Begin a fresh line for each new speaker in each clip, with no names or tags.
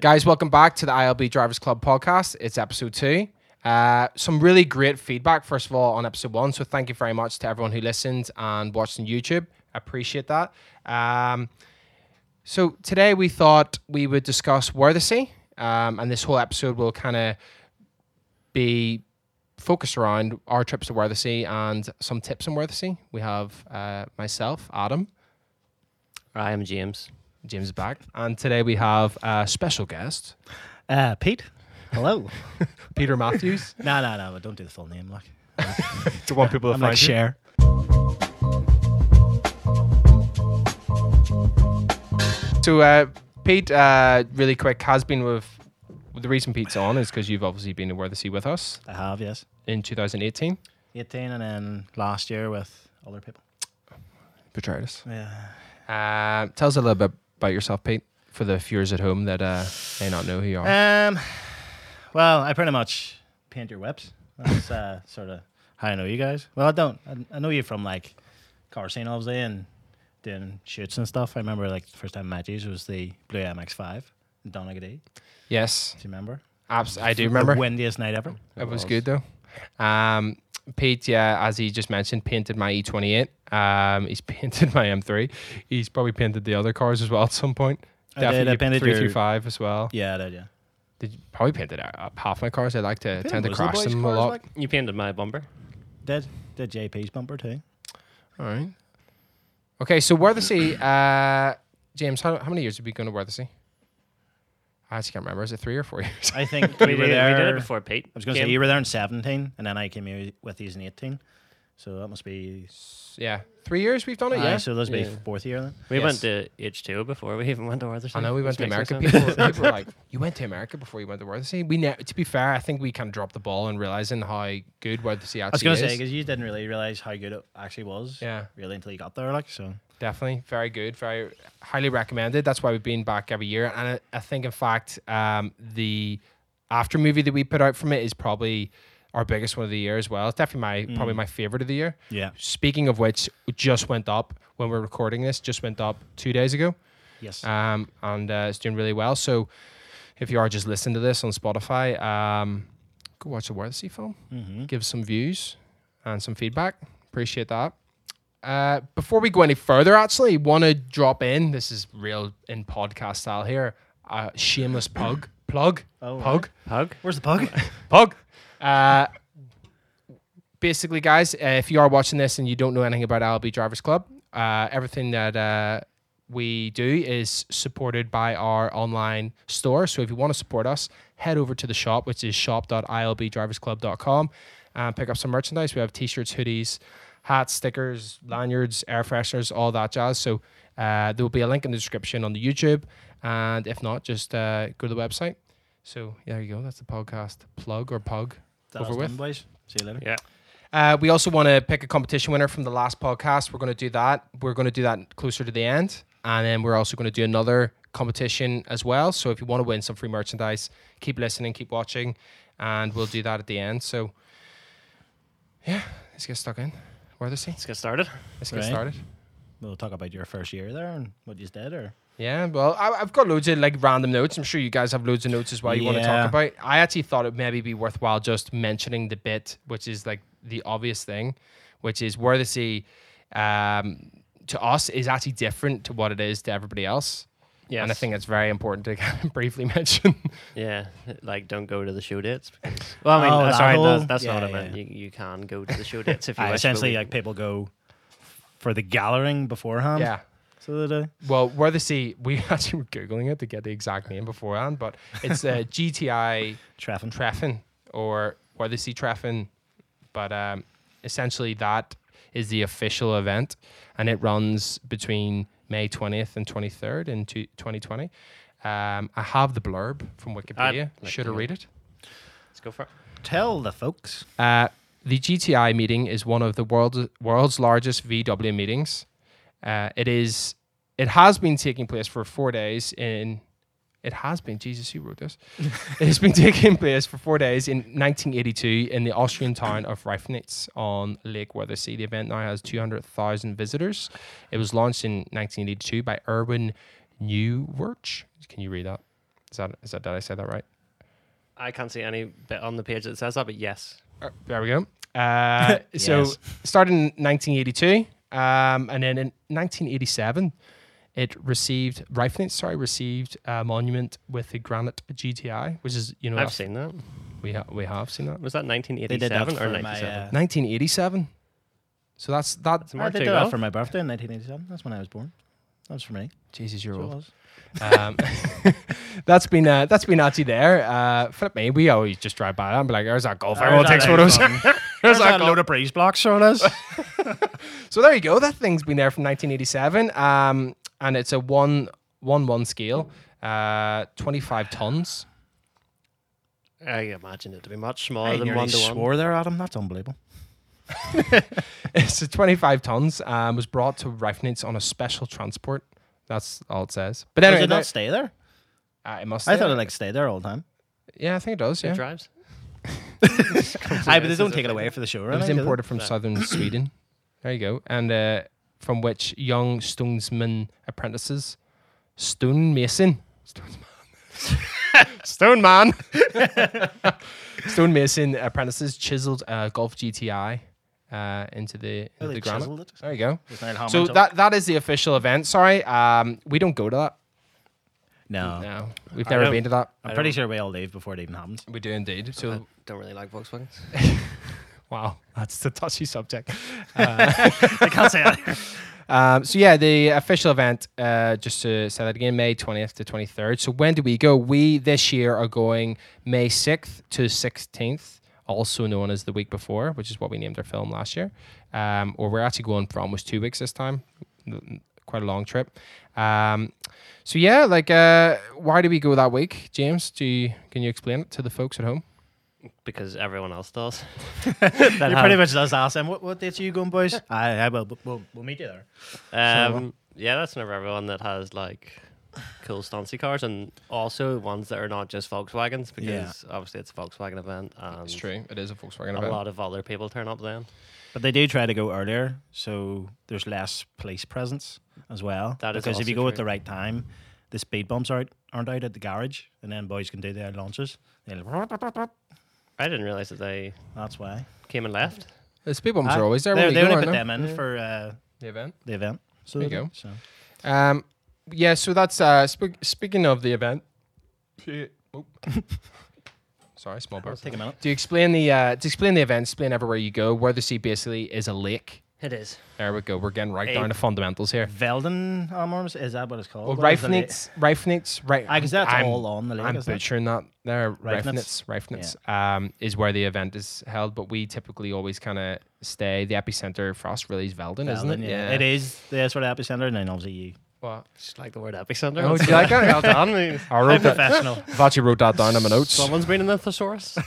Guys, welcome back to the ILB Drivers Club podcast. It's episode two. Uh, some really great feedback, first of all, on episode one. So thank you very much to everyone who listened and watched on YouTube. Appreciate that. Um, so today we thought we would discuss Worthy, um, and this whole episode will kind of be focused around our trips to Worthy and some tips on Worthy. We have uh, myself, Adam,
I am James.
James is back, and today we have a special guest,
Uh, Pete. Hello.
Peter Matthews.
no, no, no. Don't do the full name. Like
to want people to
I'm
find
like
you.
share.
So uh, Pete, uh, really quick, has been with. The reason Pete's on is because you've obviously been to Where the Sea with us
I have yes.
in 2018.
Eighteen, and then last year with other people.
Betrayed us.
Yeah.
Uh, tell us a little bit about yourself, Pete, for the viewers at home that uh, may not know who you are.
Um. Well, I pretty much paint your whips. That's uh, sort of how I know you guys. Well, I don't. I, I know you from like car scene, obviously, and doing shoots and stuff. I remember like the first time I met you was the Blue MX-5 in Donaghadee.
yes,
Do you remember?
abs- I do
The
remember.
windiest night ever.
It was good though. Um, Pete, yeah, as he just mentioned, painted my E28. Um, he's painted my M3. He's probably painted the other cars as well at some point.
I did, I painted your-
335 as well.
Yeah, I did. Yeah.
Did you probably painted up half my cars? I like to
painted
tend to
most of the
crash
boys'
them a
cars,
lot.
like.
You painted my bumper.
Did did JP's bumper too?
All right. Okay, so Worthesey, uh, James, how, how many years have we gone to Worthesey? I actually can't remember. Is it three or four years?
I think
We
we,
did,
were
we
there.
did it before Pete.
I was going to
came.
say you were there in seventeen, and then I came here with these in eighteen. So that must be
yeah, three years we've done it.
aye,
Oh, yeah.
So those be
Yeah.
fourth year then.
We
yes.
went to H2 before we even went to Arthur's.
I know we went to
Which makes
America.
no
People,
sense.
people were like, "You went to America before you went to Worthesey." We, ne- to be fair, I think we kind of dropped the ball in realizing how good Worthesey actually
I was going
is.
to say because you didn't really realize how good it actually was.
Yeah.
Really until you got there, like so.
Definitely. Very good. Very highly recommended. That's why we've been back every year. And I, I think, in fact, um, the after movie that we put out from it is probably our biggest one of the year as well. It's definitely my probably my favorite of the year.
Yeah.
Speaking of which, it just went up when we're recording this, just went up two days ago.
Yes.
Um, and uh, it's doing really well. So if you are just listening to this on Spotify, um, go watch the Worthy film
mm-hmm.
give some views and some feedback. Appreciate that. Uh, before we go any further, actually, want to drop in. This is real in podcast style here. Uh, shameless pug, plug,
Oh,
pug,
Hug?
Where's the pug?
pug. Uh, basically, guys, uh, if you are watching this and you don't know anything about ILB Drivers Club, uh, everything that uh, we do is supported by our online store. So if you want to support us, head over to the shop, which is shop.ilbdriversclub.com, and uh, pick up some merchandise. We have t shirts, hoodies, hats, stickers, lanyards, air fresheners, all that jazz. So uh, there will be a link in the description on the YouTube. And if not, just uh, go to the website. So there you go. That's the podcast plug or pug.
That
Over
was
with.
done, boys. See you later.
Yeah.
Uh, we also want to pick a competition winner from the last podcast. We're going to do that. We're going to do that closer to the end. And then we're also going to do another competition as well. So if you want to win some free merchandise, keep listening, keep watching, and we'll do that at the end. So yeah, let's get stuck in. Where the sea?
Let's get started.
Let's get
Right.
started.
We'll talk about your first year there and what you did, or
Yeah, well, I, I've got loads of like random notes. I'm sure you guys have loads of notes as well you want to
Yeah.
talk about. I actually thought it maybe be worthwhile just mentioning the bit, which is like the obvious thing, which is Worthy um, to us is actually different to what it is to everybody else.
Yes.
And I think it's very important to kind of briefly mention.
Yeah. Like, don't go to the show dates. Because, well, I mean,
Oh,
that's
that
sorry,
whole-
that's, that's not
yeah,
what I meant.
yeah.
You, you can go to the show dates if you
Aye,
wish. but
essentially
we-
like people go for the gathering beforehand.
yeah.
So uh, they do.
Well, Worthy, we actually were Googling it to get the exact name beforehand, but it's uh, a GTI
Treffin.
Treffen or or the Sea Treffen, but um, essentially that is the official event, and it runs between May twentieth and twenty third in two, 2020. Um, I have the blurb from Wikipedia.
like
Should I
to
read it?
Let's go for it.
Tell the folks.
Uh, the GTI meeting is one of the world, world's largest VW meetings. Uh, it is. It has been taking place for four days in. It has been. Jesus, who wrote this? it has been taking place for four days in 1982 in the Austrian town of Reifnitz on Lake Weathersea. The event now has 200,000 visitors. It was launched in 1982 by Erwin Newirch. Can you read that? Is that is that did I say that right?
I can't see any bit on the page that says that, but yes.
Uh, There we go. Uh, So
Yes.
started in 1982, um, and then in 1987, it received Reifnitz, sorry, received a monument with the granite GTI, which is you know
I've
that's-
seen that.
we ha- we have seen that
Was that
They did that
1987
for
or
my.
97?
Uh,
1987. So that's that.
It's
I
Mark
did
II.
that for my birthday in 1987. That's when I was born. That was for me.
Jesus, you're
So it
old.
was.
Um, that's been uh, that's been actually there. Uh, flip me, we always just drive by that and be like, "There's that golf. Everyone takes
There's that
photos."
golf.
There's
There's
that
that
golf.
load of breeze blocks, sure it is.
So there you go. That thing's been there from 1987, um, and it's a one one one scale, uh, 25 tons.
I imagine it to be much smaller
uh, I
than
nearly
one to one.
swore there, Adam. That's unbelievable.
It's a 25 tons. Um, was brought to Reifnitz on a special transport. That's all it says. But
Does
anyway,
it not
that-
stay there?
uh, it must.
I
say
thought
that.
it like stayed there all the time.
yeah, I think it does.
It
Yeah, it
drives.
Aye, but they
This
don't
is
take it
a-
away for the show, right?
was
do they?
imported from southern Sweden. There you go, and uh, from which young stonesman apprentices, stonemason, stone man, stonemason apprentices chiseled a Golf GTI uh, into the into
Oh, they
the granite.
chiseled it.
There you go.
Was Niall Horan
So
up?
that that is the official event. Sorry, um, we don't go to that.
no,
No, we've never
don't-
been to that.
I'm pretty sure we all leave before it even happens.
We do indeed.
I
So
don't really like Volkswagens.
wow, that's a touchy subject.
I can't say that.
Um, so yeah, the official event, uh, just to say that again, May twentieth to twenty third. So when do we go? We this year are going May sixth to sixteenth, also known as the week before, which is what we named our film last year. Um, or we're actually going for almost two weeks this time. N- Quite a long trip. Um, so yeah, like, uh, why do we go that week, James? Do you, can you explain it to the folks at home?
because everyone else does.
you pretty much just ask them, what, what dates are you going, boys? I, I will, we'll, we'll meet you there.
Um, yeah, that's never everyone that has like cool stancy cars and also ones that are not just Volkswagens because obviously it's a Volkswagen event and
true. It is a Volkswagen
Um, a lot of other people turn up then.
But they do try to go earlier, so there's less police presence as well.
That is
because if
also
you go at
true.
the right time, the speed bumps aren't, aren't out at the garage, and then boys can do their launches. They're like,
I didn't realize that they
That's why.
came and left.
The speed bumps
Ah,
are always there.
They,
when
they
we go, aren't
only put
they?
them in for uh,
The event.
the event. So
There
they
you
do,
go.
So.
Um, yeah, so that's uh, spe- speaking of the event. Shit. Oh. Sorry, small burp.
Take a minute.
To explain the uh, to explain the event, explain everywhere you go. Where the sea basically is a lake.
It is.
There we go. We're getting right
Hey.
down to fundamentals here.
Velden armors is that what it's called?
Well,
What is the la-
Reifnitz, Reifnitz, right?
Ah, 'cause that's all on the lake.
I'm
isn't it?
butchering that there. Reifnitz,
Reifnitz?
Reifnitz um, is where the event is held, but we typically always kind of stay. The epicenter for us really is Veldin, isn't it?
Velden, it is the sort of epicenter, and then obviously you.
Well,
Just like the word epicenter.
Oh,
It's
do you like that?
well done. I mean,
I wrote that.
Professional.
I've actually wrote that down in my notes.
Someone's been in the thesaurus.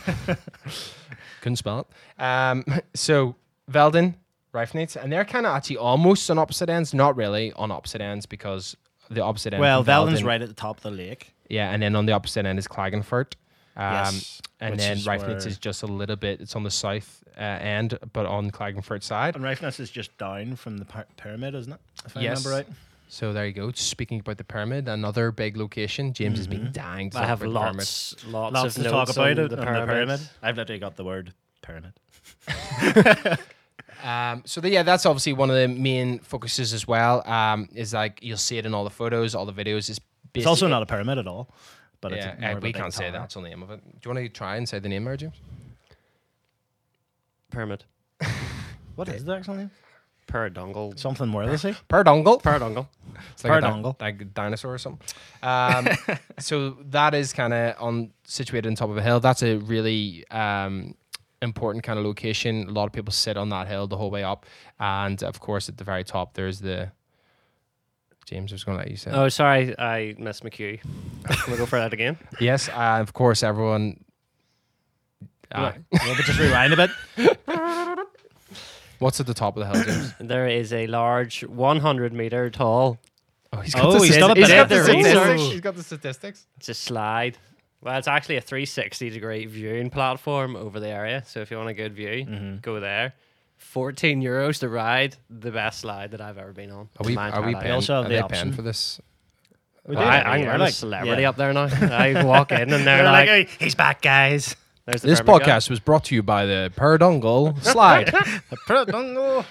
Couldn't spell it. Um, so Veldin, Reifnitz, and they're kind of actually almost on opposite ends. Not really on opposite ends because the opposite end.
well,
from
Velden's
Veldin-
right at the top of the lake.
Yeah, and then on the opposite end is Klagenfurt. Um,
Yes,
And
which
then
is
Reifnitz
where-
is just a little bit. It's on the south uh, end, but on Klagenfurt side.
And Reifness is just down from the py- pyramid, isn't it? If I
Yes.
remember right.
So there you go. Speaking about the pyramid, another big location. James has
Mm-hmm.
been dying. To
I
talk
have
about the pyramid.
lots, lots,
Lots
of
to talk
notes
about
on
it.
the
on
pyramid.
the pyramid. I've literally got the word pyramid.
Um, so the, yeah, that's obviously one of the main focuses as well. Um, is like you'll see it in all the photos, all the videos. Is
It's also not a pyramid at all, but
Yeah,
it's more
uh,
of a
we
big
can't say
tower.
that's on the name of it. Do you want to try and say the name, Mary James?
Pyramid.
What is that something?
Paradongle.
Something worthlessy.
Paradongle.
Paradongle.
It's like a di-
Paradongle.
like a dinosaur or something. Um, so that is kind of on situated on top of a hill. That's a really um, important kind of location. A lot of people sit on that hill the whole way up, and of course at the very top there's the. James I was going to let you say. it.
Oh, sorry, I missed McHugh. Can we go for that again?
Oh.
Yes, uh, of course everyone. Uh,
well, but just rewind a bit.
What's at the top of the hill, James?
There is a large 100 meter tall
Oh, he's
Oh, he's done a bit
got
of
the
research.
statistics. He's got the statistics.
just slide. Well, it's actually a 360 degree viewing platform over the area. So if you want a good view,
Mm-hmm.
go there. 14 euros to ride the best slide that I've ever been on.
Are
in
we,
my
are we
entire life.
paying,
also have
are
the
they
option.
paying for this?
We
Well, I, I'm, I'm a celebrity up there now. I walk in and they're like,
he's back, guys.
There's the
This
Burberry guy."
podcast was brought to you by the Paradongle Slide. Are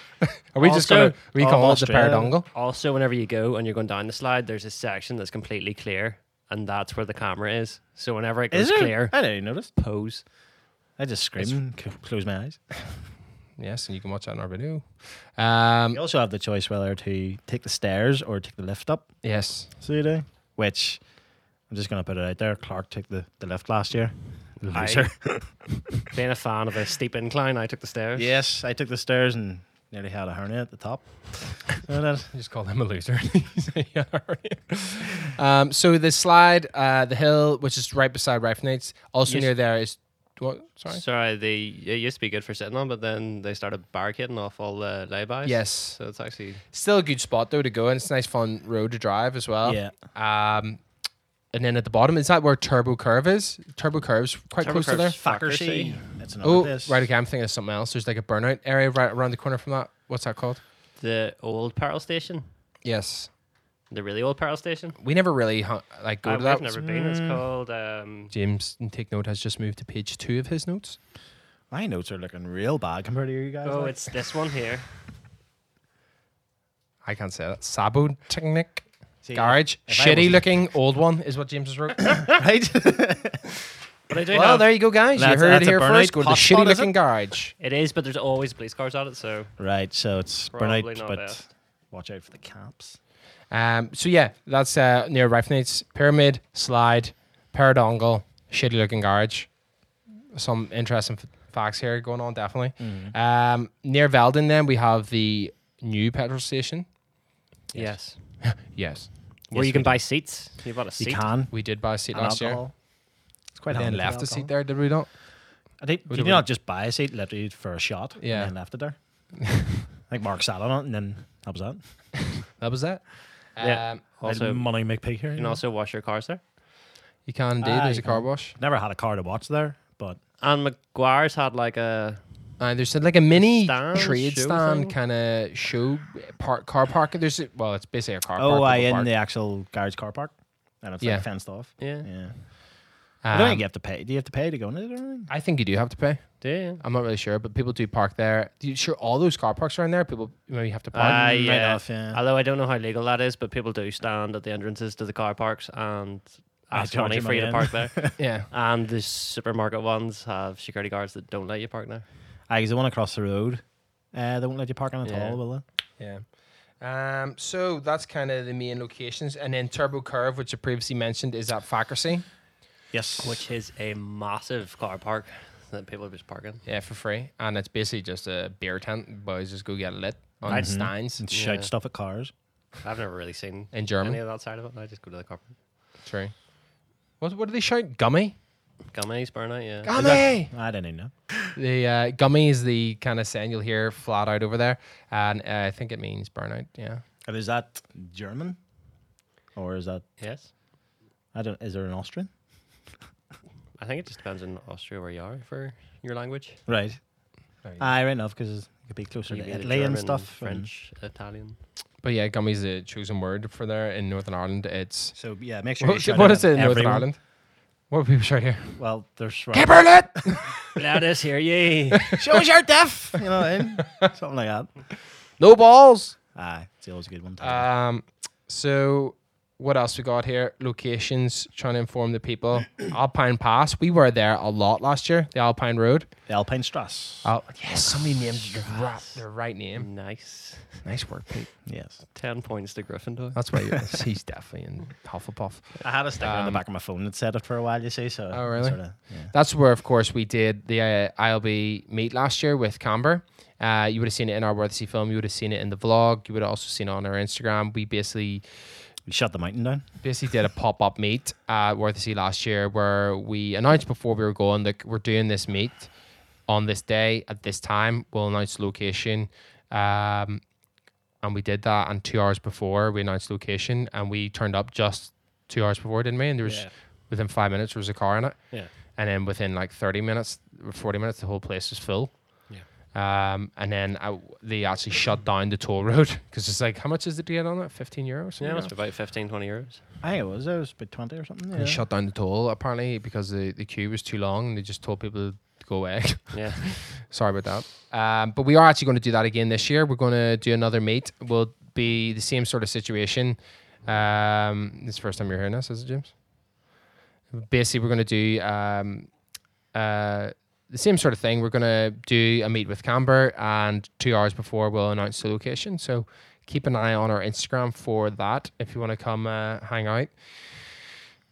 we just
Also,
going to recall
all
it the
Australia.
Paradongle?
Also, whenever you go and you're going down the slide, there's a section that's completely clear, and that's where the camera is. So whenever it goes
Is it?
clear,
I didn't notice.
pose.
I just scream, c- close my eyes.
Yes, and you can watch that in our video. Um,
You also have the choice whether to take the stairs or take the lift up.
yes.
So you do. Which I'm just gonna put it out there. Clark took the, the lift last year. Loser.
Being a fan of a steep incline, I took the stairs.
yes, I took the stairs and nearly had a hernia at the top. So that-
You just call him a loser. He's a yard. um, so the slide, uh, the hill, which is right beside Rifenates, also
Yes.
near there is. What? Sorry.
Sorry, they it used to be good for sitting on, but then they started barricading off all the laybys.
Yes.
So it's actually
Still a good spot though to go, and it's a nice fun road to drive as well.
Yeah.
Um, and then at the bottom is that where Turbo Curve is? Turbo Curve's quite
Turbo
close to there.
Curve's Fackersea.
That's another
Oh,
place.
right. Okay, I'm thinking of something else. There's like a burnout area right around the corner from that. What's that called?
the old Pearl Station,
Yes.
the really old Pearl Station.
We never really hu- like go
Uh,
to
we've
that.
never been. It's called. Um,
James, take note, has just moved to page two of his notes.
My notes are looking real bad compared to you guys.
oh,
like.
it's this one here.
I can't say that. Sabo Technic
See,
Garage.
if I wasn't-
Shitty looking old one is what James has wrote.
right.
But I do
well,
have-
there you go, guys.
That's-
you heard
that's
it
a
here
burnout
first. Go to the
hotspot,
shitty
is it?
looking garage.
It is, but there's always police cars at it. So
right. So it's
Probably
burnout,
not
but
best.
watch out for the caps.
Um, so, yeah, that's uh, near Rifenates. Pyramid, slide, paradongle, shitty looking garage. Some interesting f- facts here going on, definitely.
Mm-hmm. Uh,
Um, near Veldon, then, we have the new petrol station.
yes,
Yes.
where you can buy seats. You bought a
You
seat.
can.
We did buy a seat
and
last year.
alcohol. It's quite
And then
handy. for
left a seat
alcohol.
there, did we not?
I think
Would
did
it
you not just buy a seat literally for a shot
Yeah.
and then left it there? I think Mark sat on it and then that was that.
That was that.
Yeah.
Um,
Also,
Also,
you
money McPeak here. You
can
know?
also wash your cars there.
you can indeed.
Ah,
There's
you
a car
can.
wash.
Never had a car to watch there, but
And McGuire's had like a
Uh, there's like a mini
Stand,
trade
show
stand
thing?
kind of show park car park. There's a, well, it's basically a car park.
oh, I
with a
in
park.
the actual garage car park, and it's
Yeah.
like fenced off.
yeah.
Yeah, I
Um,
don't think you have to pay. Do you have to pay to go into it or anything?
I think you do have to pay.
Yeah.
I'm not really sure, but people do park there. Do you sure all those car parks are in there? People maybe have to park.
Uh,
right
yeah.
off, yeah.
Although I don't know how legal that is, but people do stand at the entrances to the car parks and
I
ask
charge
money
you
for you to
money
park there.
yeah.
and the supermarket ones have security guards that don't let you park there.
I the one across the road. Uh, they won't let you park on at
Yeah.
all, will they?
Yeah. Um, so that's kind of the main locations, and then Turbo Curve, which I previously mentioned, is at Fackersea.
Yes.
Which is a massive car park that people are just parking.
Yeah, for free, and it's basically just a beer tent. Boys just go get lit on
I'd-
steins
and shout
yeah.
stuff at cars.
I've never really seen
in German.
any of that side of it. I just go to the car park.
True. What what do they shout? Gummy.
Gummies, burnout, yeah.
Gummy.
I don't even know.
the uh, gummy is the kind of saying you'll hear flat out over there, and uh, I think it means burnout. Yeah.
And Oh, is that German, or is that
Yes.
I don't? Is there an Austrian?
I think it just depends on Austria where you are for your language.
Right.
Uh,
Aye, right enough because it could be closer
You
to
can either
Italy and
German,
stuff. and-
French, Italian.
But yeah, gummy's a chosen word for there in Northern Ireland. It's
So yeah, make sure.
what,
you shout
what
out
is it in Northern
everyone.
Ireland? What do people shout here?
Well, there's right.
Get burnt!
Let us hear ye.
Show us your deaf. You know, and something like that.
No balls.
Aye, it's always a good one. to have.
Um. So. What else we got here? Locations, trying to inform the people. Alpine Pass. We were there a lot last year. The Alpine Road.
the Alpine Strass.
Oh yes, somebody named the right, the right name.
nice.
Nice work, Pete.
yes.
10 points to Gryffindor.
Oh.
That's why you're, he's definitely in Hufflepuff.
I had a sticker on the
Um,
back of my phone that said it for a while. You see, so
Oh, really?
Sort of, yeah.
That's where, of course, we did the uh, ILB meet last year with Camber. Uh, you would have seen it in our Worthy film. You would have seen it in the vlog. You would have also seen it on our Instagram. We basically
We shut the mountain down.
basically did a pop up meet uh, at Worthy Sea last year where we announced before we were going that we're doing this meet on this day at this time. We'll announce the location. Um, and we did that. And two hours before we announced the location, and we turned up just two hours before, didn't we? And there was
Yeah.
within five minutes there was a car in it.
Yeah.
And then within like 30 minutes, or 40 minutes, the whole place was full.
Yeah.
Um, and then I, they actually shut down the toll road because it's like, how much is the ticket on it? 15 euro?
Yeah, it must be about 15, 20 euros.
I think it was. It was about 20 or something.
And
yeah.
they shut down the toll apparently because the, the queue was too long and they just told people to go away.
Yeah.
Sorry about that. Um, but we are actually going to do that again this year. We're going to do another meet. We'll be the same sort of situation. Um, this is the first time you're hearing us, is it, James? Basically, we're going to do um, uh, the same sort of thing. We're going to do a meet with Camber, and two hours before, we'll announce the location. So keep an eye on our Instagram for that if you want to come uh, hang out.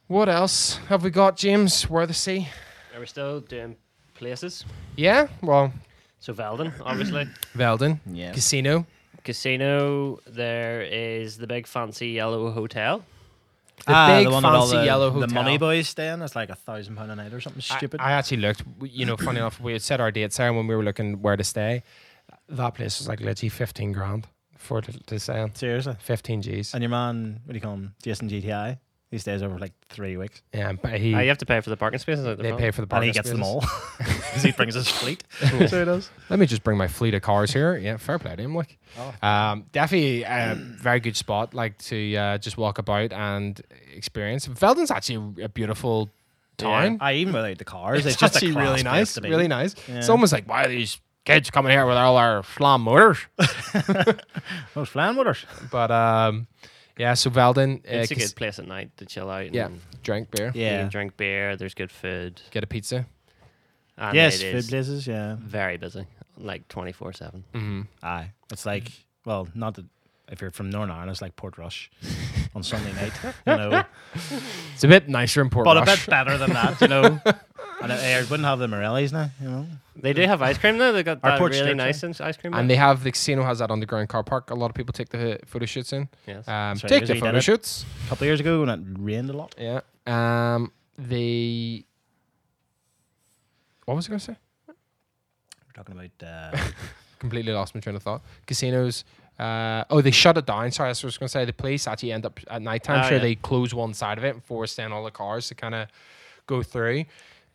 What else have we got, James? Worth the sea?
Are we still doing places?
Yeah, well,
So Veldon, obviously.
Veldon.
Yeah.
Casino.
Casino, there is the big fancy yellow hotel.
The
Ah,
big
one with all
fancy
the,
yellow
The
hotel.
money boys staying. It's like a thousand pound a night or something
I-
stupid.
I, actually looked. w- You know, funny enough, we had set our dates there when we were looking where to stay. That place was like literally fifteen grand for to, to stay on.
Seriously.
Fifteen G's.
And your man, what do you call him? Jason GTI. He stays over like three weeks.
Yeah, but he
Uh, you have to pay for the parking spaces. At the
they
front.
pay for the
and
parking
he gets them
spaces.
all. Because he brings his fleet. so he does.
Let me just bring my fleet of cars here. Yeah, fair play to him. Like,
Oh.
um, definitely a very good spot, like to uh, just walk about and experience. Veldon's actually a beautiful town.
I even without the cars. It's,
It's,
just a
actually
class
really
place
nice.
to be.
Really nice. It's
Yeah.
almost like why are these kids coming here with all our slam motors?
Those flying waters.
But um, yeah, so Veldon, uh,
It's a
cas-
good place at night to chill out. And
yeah, drink beer,
You
Yeah.
can drink beer. There's good food.
get a pizza.
And
Yes,
it
food
is
places. Yeah.
very busy, like 24 7.
Mm-hmm.
Aye. It's like, well, not that if you're from Northern Ireland, it's like Port Rush on Sunday night, you know.
It's a bit nicer in Port
but a
Rush.
bit better than that, you know. And I, I wouldn't have the Morellis now, you know.
They do have ice cream, though. They got
Our
that
porch
really
church,
nice ice cream.
And
there.
they have the casino has that underground car park. A lot of people take the uh, photo shoots in.
yes.
Um,
That's right,
take the
usually
photo
done it.
shoots.
A couple of years ago when it rained a lot.
Yeah. Um, the what was I going to say?
We're talking about uh,
Completely lost my train of thought. Casinos. Uh, oh, they shut it down. Sorry, that's what I was going to say. The police actually end up at night time.
Ah,
sure,
yeah.
they close one side of it and force down all the cars to kind of go through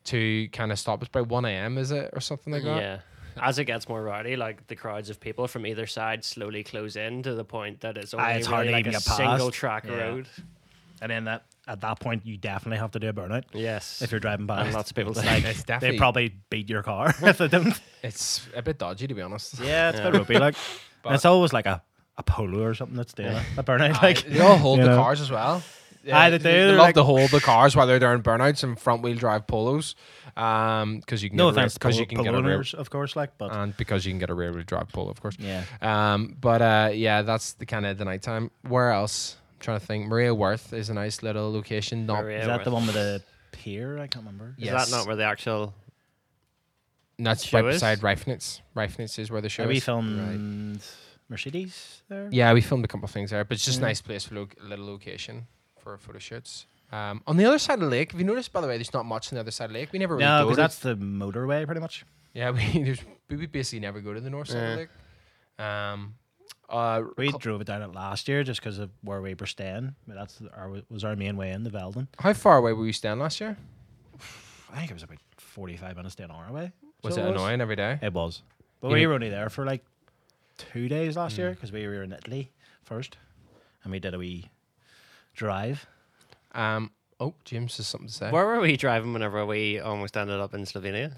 to kind of stop us by 1 a.m. Is it or something like that?
Yeah. As it gets more rowdy, like the crowds of people from either side slowly close in to the point that Ah, it's only
it's hard
really
to even
like a
get past.
single track
Yeah.
road.
and then that at that point you definitely have to do a burnout
Yes.
if you're driving
and
past.
lots of people
It's
like,
It's
They
definitely
probably beat your car if they don't.
it's a bit dodgy to be honest.
Yeah, it's a
Yeah.
bit ropey. Like, and it's always like a, a polo or something that's doing it. A burnout,
Like
like
they all hold
you
the
know.
cars as well.
Aye, they do.
They,
They're
love
like-
to hold the cars while they're doing burnouts and front wheel drive polos, because you can
No
get a rear-
offense, because
you can get a Uh, rear
owners, of course, like, but
and because you can get a rear wheel drive polo, of course.
yeah,
Um, but uh, yeah, that's the kind of the night time. Where else? I'm trying to think. Maria Worth is a nice little location. Not
Maria
is that the
Worth.
one with the pier? I can't remember.
Is
Yeah. Yes.
that not where the actual?
that's
Show
right
is?
beside Reifnitz. Reifnitz is where the show
Are we
is.
filmed Mercedes there?
Yeah, we filmed a couple of things there, but it's just a
Yeah.
nice place for lo- a little location for photo shoots. Um, on the other side of the lake, have you noticed, by the way, there's not much on the other side of the lake. We never really
No,
go.
because
to-
that's the motorway, pretty much.
yeah, we there's, we we basically never go to the north side of
Yeah.
the lake. Um, uh,
We
cl-
drove it down it last year just because of where we were staying. But that's our was our main way in the Veldon.
how far away were you staying last year?
I think it was about forty-five minutes down our way.
Was
so
it annoying every day?
It was, but
You
we
know-
were only there for like two days last year 'cause year because we were in Italy first, and we did a wee drive.
Um, oh, James has something to say.
Where were we driving whenever we almost ended up in Slovenia?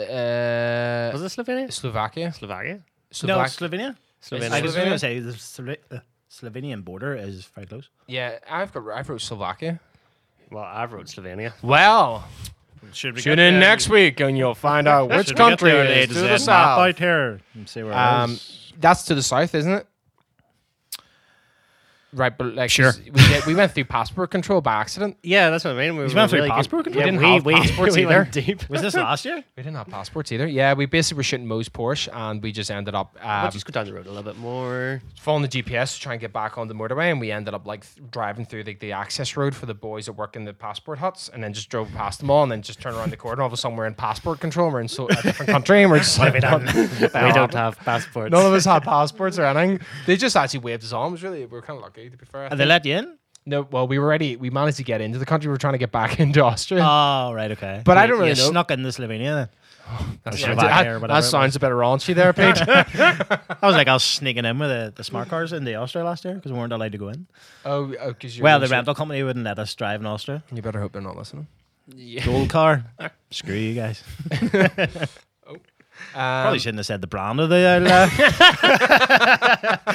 Uh,
Was it Slovenia?
Slovakia.
Slovakia?
no,
Slovak-
Slovenia.
Slovenia.
I was
Slovenia?
going to say the Slo- uh, Slovenian border is very close.
yeah, I've got I wrote Slovakia.
well, I wrote Slovenia.
Well,
Should we um,
tune in next week and you'll find out which
uh,
country is to the south.
out here and see where it
Um,
is.
that's to the south, isn't it? Right, but like
Sure.
we, did, we went through passport control by accident.
Yeah, that's what I mean. We
He's
were
went through
really good-
passport control?
Yeah,
We didn't
we,
have
we,
passports
we went
either.
deep.
Was this last year?
We didn't have passports either. Yeah, we basically were shooting Moe's Porsche, and we just ended up um,
Let's just go down the road a little bit more.
following the GPS to try and get back on the motorway, and we ended up like th- driving through the, the access road for the boys that work in the passport huts, and then just drove past them all, and then just turned around the corner. All of a sudden, we're in passport control, we're in so, a different country, and we're just like,
we don't have passports.
none of us had passports or anything. They just actually waved us on. It was really we were kind of lucky to be fair. I
And they
think.
let you in?
No, well, we were already we managed to get into the country. We were trying to get back into Austria.
Oh, right, okay.
But
You-
I don't really
you
know.
snuck into Slovenia.
that,
Slovakia
sounds, that-
or whatever
that
it
sounds a bit raunchy there, Pete.
Then. I was like, I was sneaking in with the, the smart cars into Austria last year because we weren't allowed to go in.
oh, because
Well, the rental company wouldn't let us drive in Austria.
You better hope they're not listening.
Gold car. Screw you guys. Probably
Oh. Um,
shouldn't have said the brand of the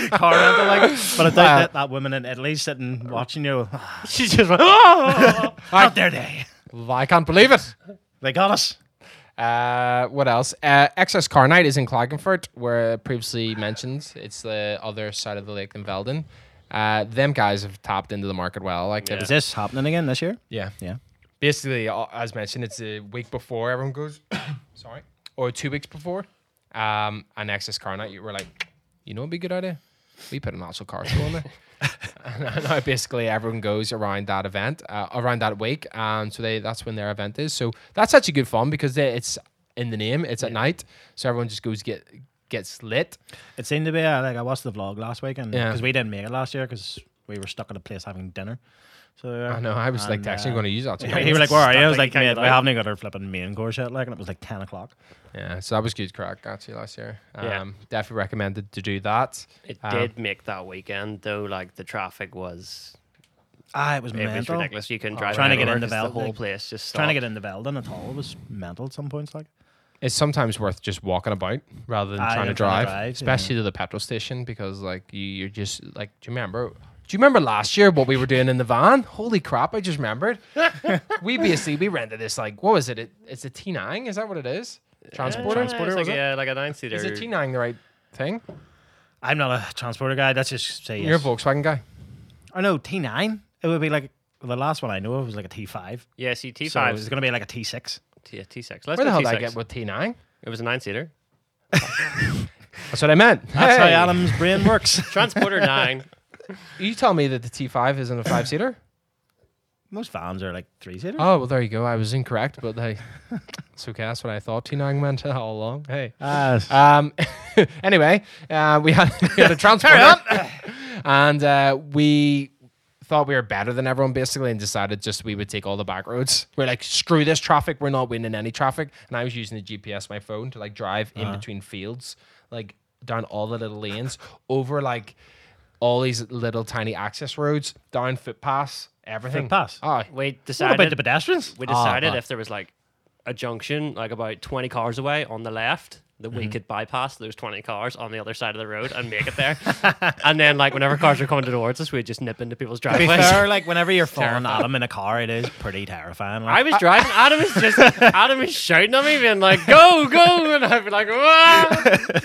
uh, car rental, like. But I
Wow.
thought
Oh.
that, that woman in Italy sitting watching you, she's just like, oh, out there they,
I can't believe it.
they got us.
Uh, what else? Uh, Excess Car Night is in Klagenfurt, where previously mentioned. It's the other side of the lake than Velden. Uh, them guys have tapped into the market well. Like
Yeah.
yeah,
Is this happening again this year?
yeah.
Yeah.
Basically, uh, as mentioned, it's a week before everyone goes. sorry, or two weeks before. Um, and Excess Car Night, you were like, you know, what'd be a good idea. We put an actual car show on there. and now basically everyone goes around that event, uh, around that week, and so they that's when their event is. So that's actually good fun because they, it's in the name, it's at night, so everyone just goes get gets lit.
It seemed to be uh, like I watched the vlog last week, and
Yeah.
because we didn't make it last year because we were stuck at a place having dinner. So uh,
I know. I was like
and,
texting,
uh,
going to use that.
Yeah,
Tonight.
you were like, "Where are you?" I was
Stuck, like,
like, "Mate,
hanging
we
out."
haven't even got our flipping main course yet." Like, and it was like ten o'clock.
yeah, so that was good crack actually last year. Um,
Yeah.
definitely recommended to do that.
It
Um,
did make that weekend though. Like the traffic was,
Ah, it was
it was
mental.
ridiculous. You couldn't
Oh,
drive
Trying to get
anywhere
into
'cause the
Velvet,
whole
like,
place. Just
Trying to get
stopped.
into Veldon at all was mental at some points. Like,
It's sometimes worth just walking about rather than
Aye,
Ah, trying to
than trying
drive,
to drive,
especially to the petrol station because like you, you're just like, do you remember? Do you remember last year what we were doing in the van? Holy crap! I just remembered. we basically we rented this like what was it? it it's a T nine. Is that what it is? Transporter.
Yeah, it's
Uh, transporter
like,
was it?
yeah, like a nine seater.
Is it T nine the right thing?
I'm not a transporter guy. That's just say yes.
You're a Volkswagen guy.
Oh no, T nine. It would be like the last one I knew of was like a T five.
Yeah, see T
So
five,
it's gonna be like a T six.
T T six.
Where
Let's
the
go
hell
T6.
did I get with T nine?
It was a nine seater.
That's what I meant.
That's
Hey!
how Adam's brain works.
Transporter nine.
You tell me that the T five isn't a five seater?
Most vans are like three seater.
oh well, there you go. I was incorrect, but hey, it's okay. That's what I thought T nine meant all along. Hey. Um, anyway, uh, we had, we had a transporter, and uh, we thought we were better than everyone basically, and decided just we would take all the back roads. We're like, screw this traffic. We're not winning any traffic. And I was using the GPS on my phone to like drive in between fields, like down all the little lanes, over like all these little tiny access roads, down footpaths, everything. Ah,
Footpaths?
Aye.
We
what about the
decided.
pedestrians?
We decided
fuck.
if there was like a junction, like about twenty cars away on the left, that
Mm-hmm.
we could bypass those twenty cars on the other side of the road and make it there. and then, like whenever cars are coming towards us, we'd just nip into people's
To be
driveways.
fair, like whenever you're falling Adam in a car, it is pretty terrifying.
I
Like,
was driving. Adam is just Adam is shouting at me, being like, "Go, go!" And I'd be like, "Whoa!"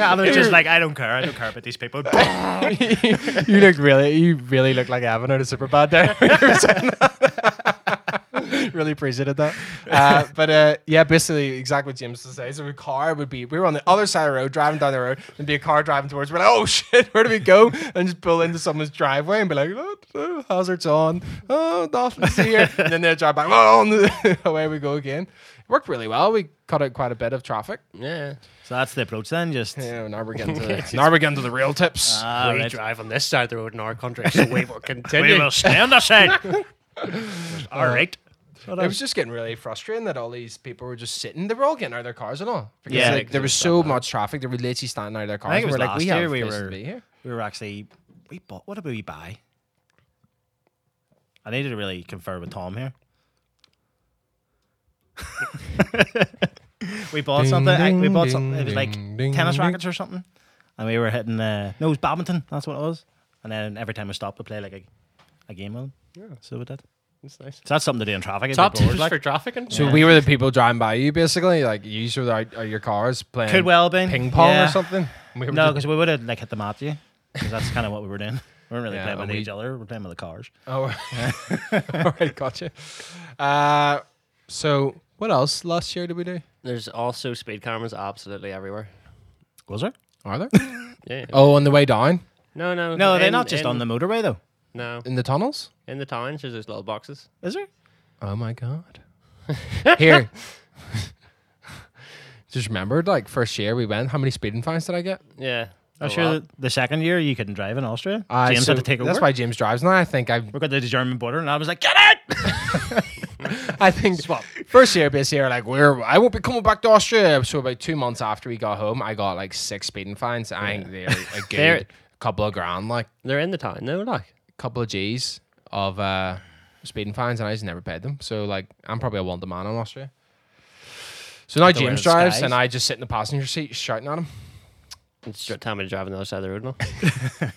Adam's just like, I don't care. I don't care about these people.
you look really, you really look like Avon out of Superbad there. when you were saying that. really appreciated that. Uh, but uh, yeah, basically exactly what James was saying. So a car would be, we were on the other side of the road, driving down the road, and be a car driving towards. We're like, oh shit, where do we go? And just pull into someone's driveway and be like, oh, oh, hazards on, oh, nothing's here. and then they drive back, oh, and away we go again. It worked really well. We cut out quite a bit of traffic.
Yeah,
So that's the approach then. Just
Yeah, now we're getting to the, now we're getting to the real tips.
Ah,
we
right.
drive on this side of the road in our country, so we will continue.
we will stand aside. all right.
It was just getting really frustrating that all these people were just sitting. They were all getting out of their cars and all. Because
Yeah,
like, there was so much traffic. They were literally standing out of their cars.
think
and
it was
we're like, we
last
have
year we
places to
were-
be here.
we were actually we bought what did we buy? I needed to really confer with Tom here. we bought
Ding,
something. I- we
ding,
bought something.
ding,
It was like
ding, ding,
tennis
ding.
rackets or something, and we were hitting. Uh, no, it was badminton. That's what it was. And then every time we stopped, we play like a, a game of. Yeah. So we did.
It's nice.
So that's something to do in traffic. if you're
Top
bored,
tips
like.
for traffic and
So we were the people driving by you, basically. Like, you used to out, out your cars playing
could well have been
ping pong
Yeah.
or something. We were
No,
just-
because we would have like hit the mat, yeah. Because that's kind of what we were doing. We weren't really
Yeah,
playing with
and we-
each other. We're playing with the cars.
Oh, all right, gotcha. Uh, so, what else last year did we do?
There's also speed cameras absolutely everywhere.
Was there?
Are there?
Yeah.
oh, on the way down
No, no,
No, they're
in-
not just
in-
on the motorway though.
No,
in the tunnels?
in the towns, there's those little boxes.
Is there?
Oh my god. Here. Just remembered like first year we went, how many speeding fines did I get?
Yeah,
I'm
Oh,
sure
wow.
that the second year you couldn't drive in Austria.
Uh,
James
so
had to take over.
That's why James drives now. I think I,
we got to the German border, and I was like, "Get it!"
I think first year, this year, like we're I won't be coming back to Austria. So about two months after we got home, I got like six speeding fines. I think they're a good
They're-
couple of grand, like
They're in the town though, like.
couple of G's of uh, speeding fines, and I just never paid them. So like I'm probably a wanted man in Austria. So now
the way
James
the
drives,
skies.
and I just sit in the passenger seat shouting at him.
It's just time to drive on the other side of the road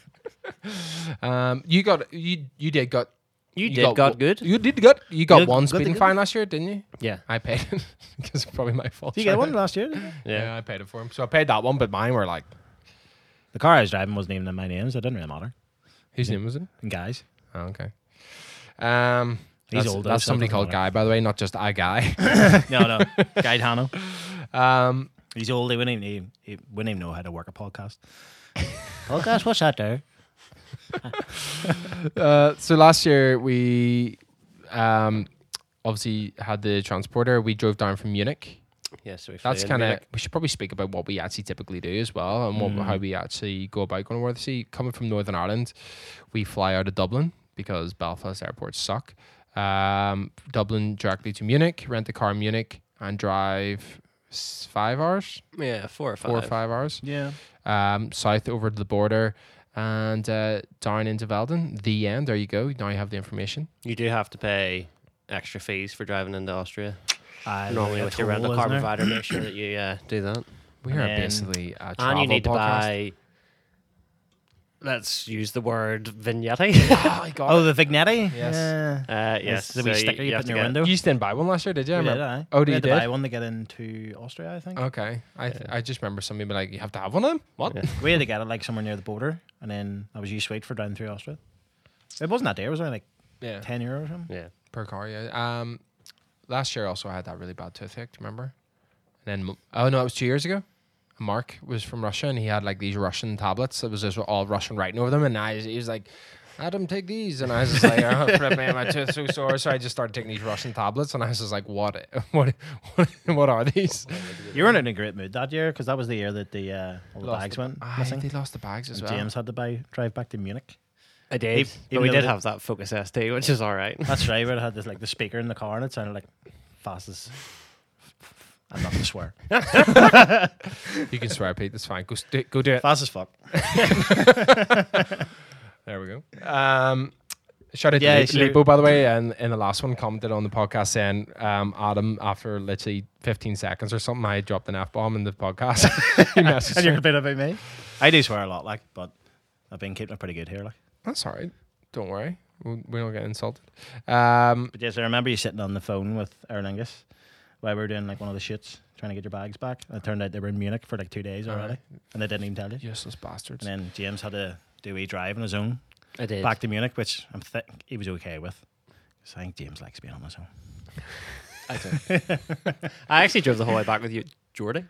now.
Um, you got you you did got
You, did got, good.
You did got you got
You
one
got the
speeding
good.
fine last year, didn't you?
yeah.
I paid it because it's probably my fault.
Did you get
right?
one last year?
Yeah. I paid it for him. So I paid that one, but mine were like
The car I was driving wasn't even in my name, so it didn't really matter.
whose name was it?
And guys,
Oh, okay. Um,
He's
that's,
old,
That's
so it
somebody
doesn't
called Guy,
matter.
by the way, not just I Guy.
no, no, guide Hanno.
um,
He's old. He wouldn't even he, he wouldn't even know how to work a podcast. podcast, what's that there?
uh, so last year we um, obviously had the transporter. We drove down from Munich.
Yeah, so we flew
That's
in
kind of.
Munich.
We should probably speak about what we actually typically do as well, and what, how we actually go about going over the sea. Coming from Northern Ireland, we fly out of Dublin because Belfast airports suck. Um, Dublin directly to Munich, rent a car in Munich, and drive s- five hours,
Yeah, four or five.
four or five hours
Yeah,
um, south over to the border and uh, down into Veldon. The end. There you go. Now you have the information.
You do have to pay extra fees for driving into Austria.
I
Normally,
a
with your
toll,
rental car
isn't there?
provider, make sure that you uh, do that.
We
And
are
then-
basically a travel
And you need to
podcast.
buy. Let's use the word vignette.
oh, I got
Oh, the Vignetti.
Yes.
Yeah.
Uh, yes,
It's the wee
so
sticker you,
have
put in
to
your
get-
it.
window.
You just didn't buy one last year, did you? I
Yeah,
remember-
I?
Oh, do
We
you
had to
did?
buy one to get into Austria, I think.
Okay. I th- I just remember somebody being like, you have to have one of them. What?
Yeah.
We had to get it like somewhere near the border, and then I was used to wait for down through Austria. It wasn't that day. It was only like
Yeah.
ten euro or something.
Yeah,
Per car, yeah. Um, last year also I had that really bad toothache. Do you remember? And then oh no, it was two years ago. Mark was from Russia and he had like these Russian tablets. It was just all Russian writing over them, and I he was like. Adam, take these, and I was just like, oh, flip me, my tooth's so sore. So I just started taking these Russian tablets, and I was just like, what, what, what, what are these?
You weren't in a great mood that year because that was the year that the uh, all the
Lost
bags
the-
went
Aye,
missing.
they lost the bags as
and
well.
James had to buy drive back to Munich.
I did.
Even-
but we
even though
did
the-
have that Focus ST, which is all right.
That's right. We had this like the speaker in the car, and it sounded like fast as. I'm not to swear.
You can swear, Pete. That's fine. Go, st- go do it.
Fast as fuck.
There we go. Um, shout out
Yeah,
to
sure.
Li- Lipo, by the way, and in the last one commented on the podcast saying, um, Adam, after literally 15 seconds or something, I dropped an F bomb in the podcast. he
And
messaged
you're
me.
complaining about me. I do swear a lot, like, but I've been keeping it pretty good here, like.
That's all right. Don't worry. We we don't get insulted. Um,
But yes, I remember you sitting on the phone with Erlingus while we were doing like one of the shoots, trying to get your bags back. And it turned out they were in Munich for like two days already, and they didn't even tell you.
useless bastards.
And then James had to do a drive on his own
I did.
back to Munich, which I'm th- he was okay with. 'Cause I think James likes being on his own.
I, did. I actually drove the whole way back with you, Jordy.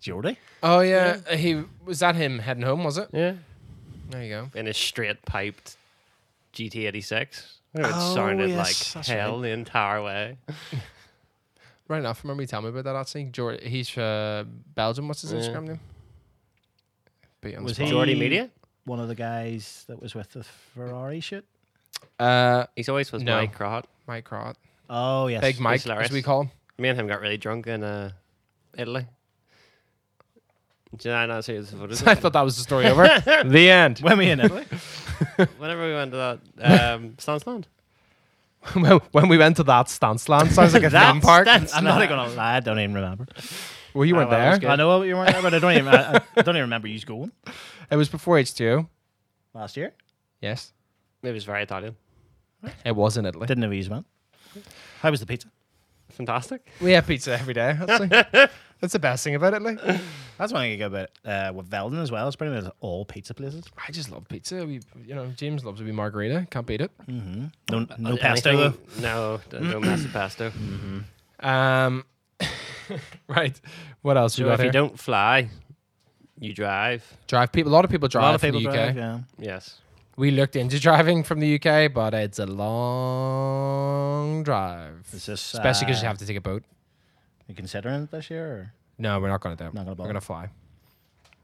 Jordy,
Oh, yeah. He Was that him heading home, was it?
Yeah,
There you go.
in a straight piped GT86. It
Oh,
sounded
yes,
like
that's
hell the entire way.
Right enough. Remember you telling me about that, actually? Jor- he's uh, Belgium. What's his
Yeah.
Instagram name? Beat on the
Was
spot.
he-
Jordy Media.
one of the guys that was with the Ferrari shoot.
Uh,
He's always was
No.
Mike Crot.
Mike Crot.
Oh yes,
Big Mike, as
hilarious.
we call him.
Me and him got really drunk in uh, Italy. Did I not see his photos?
I thought that was the story over. the end.
when we in Italy.
Whenever we went to that um, Stansland.
when we went to that stance land, sounds like a theme park.
I'm not even gonna lie, I don't even remember.
Well, you weren't
well, that was
there.
good.
I know you weren't there, but I don't even I, I don't even remember you going
It was before H2O.
last year.
Yes.
It was very Italian.
It was in Italy.
Didn't know you went. How was the pizza?
Fantastic.
We have pizza every day. That's, like, that's the best thing about Italy.
That's one thing I go about uh, with Veldon as well. It's pretty much all pizza places.
I just love pizza. We, you know, James loves a wee margarita. Can't beat it.
Mm-hmm. No, no
Uh,
pesto though. Mm.
anything- No, d- no massive pesto.
Um, right. What else you
So
got
if
here?
you don't fly, you drive.
drive people. A lot of people drive
a lot of
from
people
the UK.
drive. Yeah.
Yes.
We looked into driving from the UK, but it's a long drive.
Is this,
Especially because you
uh,
have to take a boat.
You considering it this year? Or?
No, we're not going to do it.
Not gonna
we're
bother.
going to fly.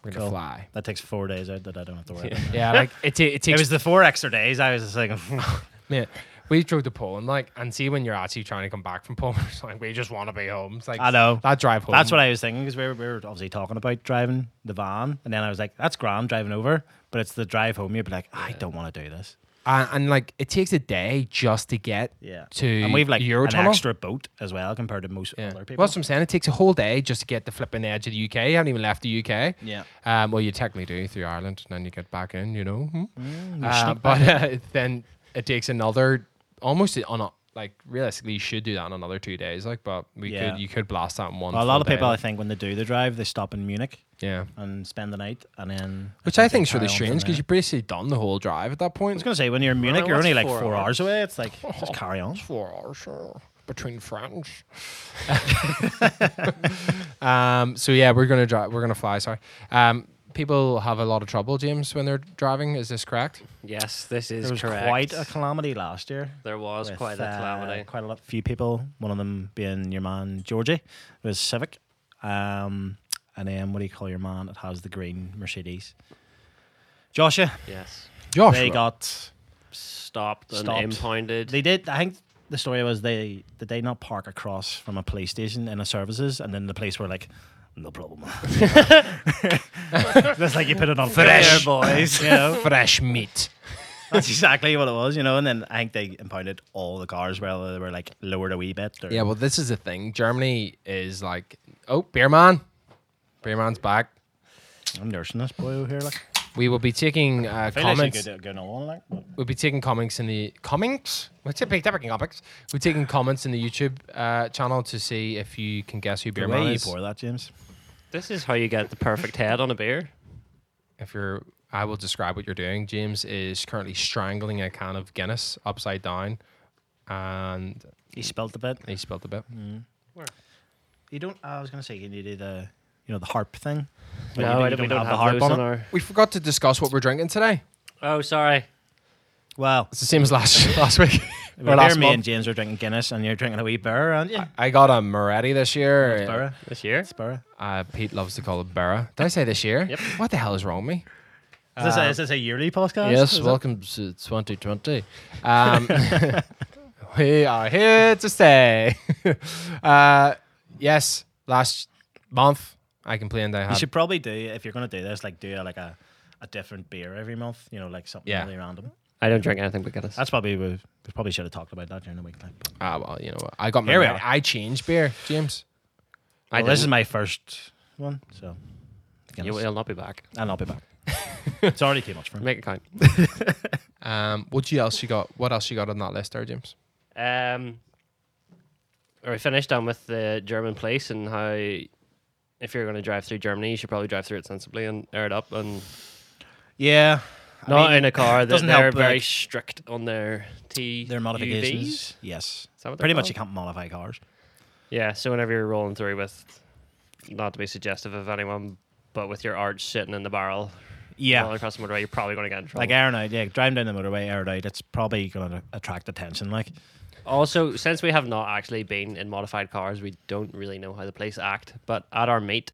We're gonna
Cool.
fly.
That takes four days out that I don't have to worry about.
Yeah, like it, ta- it
It
takes.
was the four extra days. I was just like,
man, we drove to Poland, like, and see when you're actually trying to come back from Poland, it's like we just want to be home. It's like
I know.
that drive home.
That's what I was thinking because we were, we were obviously talking about driving the van, and then I was like, "That's grand driving over," but it's the drive home. You'd be like, "I don't want to do this."
and, and like it takes a day just to get to
and we've like an
Eurotunnel.
extra boat as well compared to most
Yeah.
other people.
Well, that's what I'm saying. It takes a whole day just to get the flipping edge of the UK. You haven't even left the UK.
Yeah.
Um, well, you technically do through Ireland, and then you get back in. You know. Hmm?
Mm, you
Uh,
sneak
but
back.
uh, then it takes another almost on a, like realistically you should do that in another two days. Like, but we
Yeah.
could you could blast that in one.
Well, a
full
lot of
day,
people, I
like.
think, when they do the drive, they stop in Munich
yeah.
and spend the night, and then
Which I
they
think is really
carry on from
strange
there.
because you've basically done the whole drive at that
I was
point.
gonna say when you're in Munich,
know,
you're
what's
only like
four
four, hours
hours?
away. It's like just carry on.
four hours sure, between friends. um, so yeah, we're gonna drive. We're gonna fly. Sorry. Um, people have a lot of trouble, James, when they're driving. Is this correct?
Yes, this is
There was
correct.
quite a calamity last year.
there was
with,
quite a
uh,
calamity.
quite a lot, few people. One of them being your man Georgie, who is Civic, um, and then what do you call your man that has the green Mercedes? Joshua.
yes,
Josh,
They got.
stopped and
Stopped.
impounded.
They did. I think the story was they did they not park across from a police station in a services, and then the police were like. No problem. That's like you put it on
Fresh.
fire, boys. You know?
fresh meat.
That's exactly what it was, you know. And then I think they impounded all the cars, whether they were like lowered a wee bit. Or,
Yeah, well, this is the thing. Germany is like, oh, beer man, beer man's back.
I'm nursing this boy over here. Like,
We will be taking uh,
I feel like
comments.
she could go on, like, but-
We'll be taking comments in the comments. We're taking taking comments. We're taking comments in the YouTube uh, channel to see if you can guess who beer
the way
man
you
is.
pour that, James.
this is how you get the perfect head on a beer.
If you're, I will describe what you're doing. James is currently strangling a can of Guinness upside down, and
He spelt a bit.
he spilled a bit.
You don't. I was gonna say you needed a, you know, the harp thing. But
No,
you,
I
you
don't- we don't have, those on
it.
our.
We forgot to discuss what we're drinking today.
Oh, sorry.
Well,
It's the same as last last week.
we're
Or last
here, me
month.
and James are drinking Guinness, and you're drinking a wee beer, aren't you?
I got a Moretti this year.
Burra.
This year?
It's burra.
Uh, Pete loves to call it Berra. Did I say this year?
Yep.
What the hell is wrong with me?
Is this, a, is this a yearly podcast? Is
Yes,
it-
welcome to 2020. Um, we are here to stay. uh, yes, last month I complained I
You
had.
should probably do if you're gonna do this, like do a, like a, a different beer every month. You know, like something
Yeah.
really random.
I don't drink anything but Guinness.
That's probably we we probably should have talked about that during the week. Like, but-
Ah, well, you know what? I got my.
Here we
Moretti.
are.
I changed beer, James.
I
well, this is
didn't.
my first one, so
You
Guinness.
will not be back.
and I'll be back. it's already too much for me.
Make it count.
Um, what you else you got? What else you got on that list, there, James?
Um, are we finished on with the German place and how, if you're going to drive through Germany, you should probably drive through it sensibly and air it up and
Yeah, I
not
mean,
in a car. That
doesn't
they're
help,
very
like-
strict on their T.
their modifications. Yes,
that what they're
pretty much you
called?
can't modify cars.
Yeah, so whenever you're rolling through with, not to be suggestive of anyone, but with your arch sitting in the barrel, rolling across the motorway, you're probably going to get in trouble.
like air out. Yeah, driving down the motorway, air out. It's probably going to attract attention. Like,
Also, since we have not actually been in modified cars, we don't really know how the police act. But at our meet,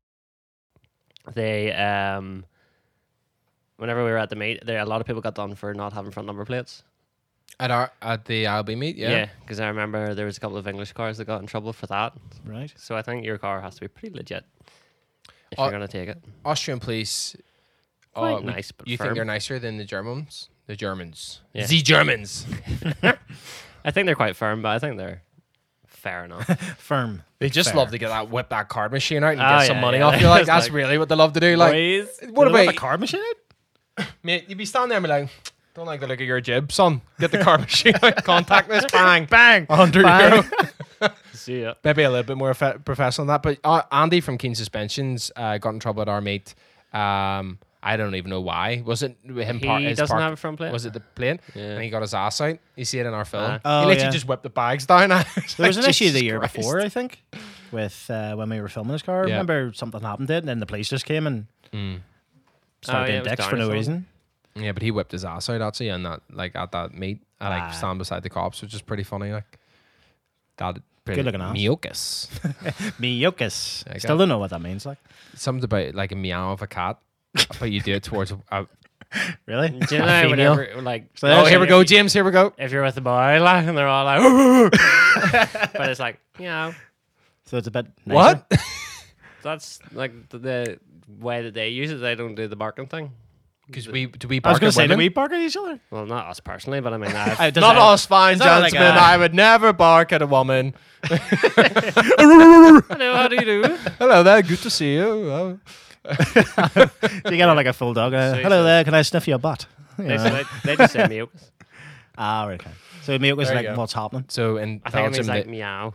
they um, whenever we were at the meet, there a lot of people got done for not having front number plates.
At our at the ILB meet, yeah.
because I remember there was a couple of English cars that got in trouble for that.
right?
So I think your car has to be pretty legit if
Uh,
you're gonna take it.
Austrian police.
Quite
uh, we-
nice, but
you
firm.
think they're nicer than the Germans? The Germans.
Yeah.
The Germans.
I think they're quite firm, but I think they're fair enough.
Firm.
They just love to get that whip that card machine out and
Oh,
get some
yeah,
money
yeah.
off you. Like
It's
that's
like-
really what they love to do. Like,
Boys.
what
Do they love
about
a car machine?
mate? You'd be standing there and be like, "Don't like the look of your jib, son. Get the card machine out. Contact this. Bang,
Bang!
hundred euro.
See ya.
Maybe a little bit more fe- professional than that. But uh, Andy from Keen Suspensions uh, got in trouble at our meet. Um, I don't even know why. Was it him?
He
par- his
doesn't
park-
have a front plate.
Was it the plane?
Yeah.
And he got his ass out. You see it in our film.
Uh-huh.
Oh,
he literally
yeah.
just whipped the bags down. I
There was an
like,
issue
"Jesus
the year
Christ."
before, I think, with uh, when we were filming this car.
Yeah. Mm.
Remember something happened to it, and then the police just came and
Oh, yeah,
started
it
doing
was
decks for no
dinosaurs.
reason.
Yeah, but he whipped his ass out actually, and that like at that meet, I like
Ah.
stand beside the cops, which is pretty funny. Like that, pretty
looking ass.
Meokus.
Miokas.
I
Still
got-
don't know what that means. Like,
Something about like a meow of a cat. but you do it towards. A, a,
Really?
Do you know I would
Female?
ever, like,
So
oh,
there's
here we
your-
go, James. Here we go.
if you're with a boy, like, and they're all like, but it's like, you know,
So it's a bit. Nicer.
What?
that's like the, the way that they use it. They don't do the barking thing.
Because we do we
I was
bark
gonna
at
say, do
women?
we bark at each other?
Well, not us personally, but I mean, I've,
Uh, does
Not
that-
us, fine
that
gentlemen.
like a-
I would never bark at a woman.
hello, how do you do?
Hello there, good to see you. Uh,
Do you get on like a full dog? Uh,
So you
Hello
said-
there, can I sniff your butt? You
They,
know?
they, they just say meow.
ah, right, okay. So milk was
There you
like,
go.
what's happening?
So in
I think it
Belgium,
means like
they-
meow.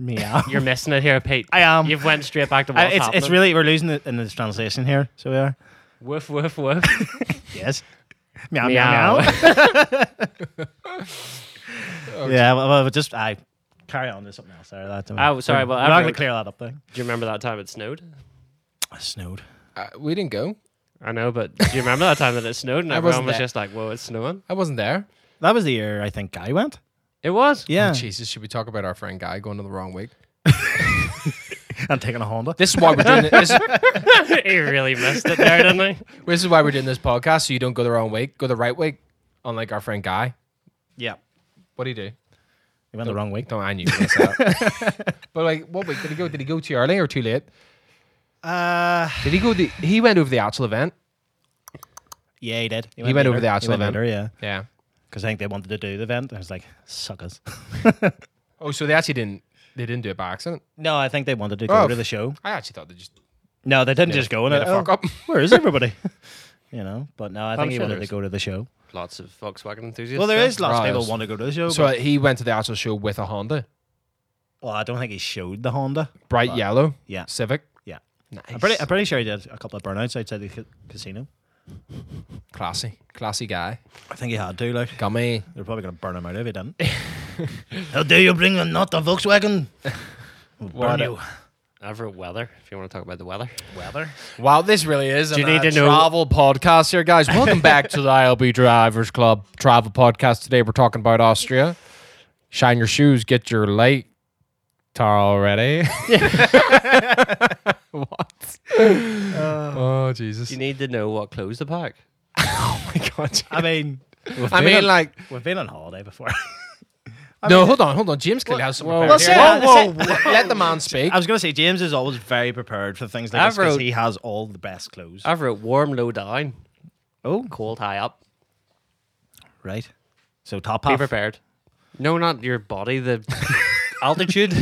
Meow.
You're missing it here, Pete.
I am.
You've went straight back to
Uh,
what's
it's, it's
happening.
really we're losing it in this translation here. So we are.
woof woof woof.
Yes. meow meow
Meow.
meow. Yeah. Well, well, just I carry on to something else. Sorry, that.
Oh, sorry, well,
I'm not gonna
everyone-
clear that up. Then.
Do you remember that time it snowed?
I snowed.
uh, we didn't go.
I know, but do you remember that time that it snowed and
I
everyone
wasn't
was
there.
just like, "Whoa, it's snowing!"
I wasn't there.
That was the year I think Guy went.
It was.
Oh,
Yeah.
Jesus, should we talk about our friend Guy going to the wrong week?
and taking a Honda.
This is why we're doing it. This,
he really missed it there, didn't he?
this is why we're doing this podcast. So you don't go the wrong week, go the right week. Unlike our friend Guy,
Yeah.
what do you do?
He went the wrong week.
No, I knew. you were gonna say that. but like, what week did he go? Did he go too early or too late?
Uh.
Did he go? The, he went over the actual event.
Yeah, he did. He
went over
later.
the actual
He went
event.
later, yeah.
Yeah.
Because I think they wanted to do the event. I was like, suckers.
Oh, so they actually didn't. They didn't do it by accident.
no, I think they wanted to
Oh,
go to
f-
the show.
I actually thought they just
No, they didn't
made
just
a-
go and
made
it-
a fuck
oh,
up.
Where is everybody? you know, but no, I think he
sure
wanted
there
to
is.
go to the show.
Lots of Volkswagen enthusiasts.
Well, there
there.
is lots of
Right.
people want to go to the show.
So
but,
he went to the actual show with a Honda,
well, I don't think he showed the Honda.
bright yellow
Yeah,
Civic.
yeah.
Nice.
I'm pretty, I'm pretty sure he did a couple of burnouts outside the ca- casino.
classy, classy guy.
I think he had to. Like
Gummy.
they're probably going to burn him out if he didn't. How dare you bring a not a Volkswagen? We'll burn
What a-
you.
Ever weather? If you want to talk about the weather,
Weather.
Wow, this really is
Do you
an,
need
uh,
to know-
travel podcast here, guys. Welcome back to the ILB Drivers Club travel podcast. Today we're talking about Austria. Shine your shoes, get your light tar already. what? oh Jesus!
Uh, you need to know what closed the park.
oh my God!
I mean,
I mean, like,
we've been on holiday before.
no, hold on, hold on. James clearly has some.
well,
prepared here.
well, say-
whoa, whoa, whoa! Let the man speak.
I was going to say James is always very prepared for things like
I
this 'cause
wrote-
he has all the best clothes.
I wrote warm low down,
oh,
cold high up.
right. So top
Be
half.
prepared. No, not your body. The altitude.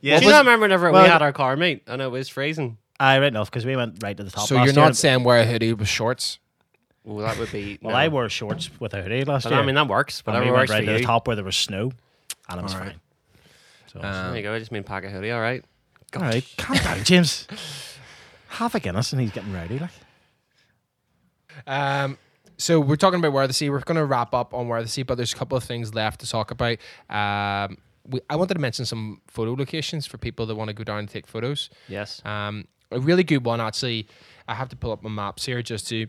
Yeah.
Do you not remember whenever
well-
we had our car meet and it was freezing?
I right enough because we went right to the top.
So
last
you're
year.
not saying wear a hoodie with shorts?
Well, that would be.
Well,
no.
I wore shorts with a hoodie last
But
year.
I mean, that works.
and
Whatever
we went
works
right
for
to
you.
the top where there was snow, and it was
Alright.
fine. So,
There you go. I just mean pack a hoodie. All right.
all right, calm down, James. Half a Guinness and he's getting rowdy. Like,
Um, so we're talking about Where the Sea. We're going to wrap up on Where the Sea, but there's a couple of things left to talk about. Um, we, I wanted to mention some photo locations for people that want to go down and take photos.
Yes.
Um, a really good one, actually. I have to pull up my maps here just to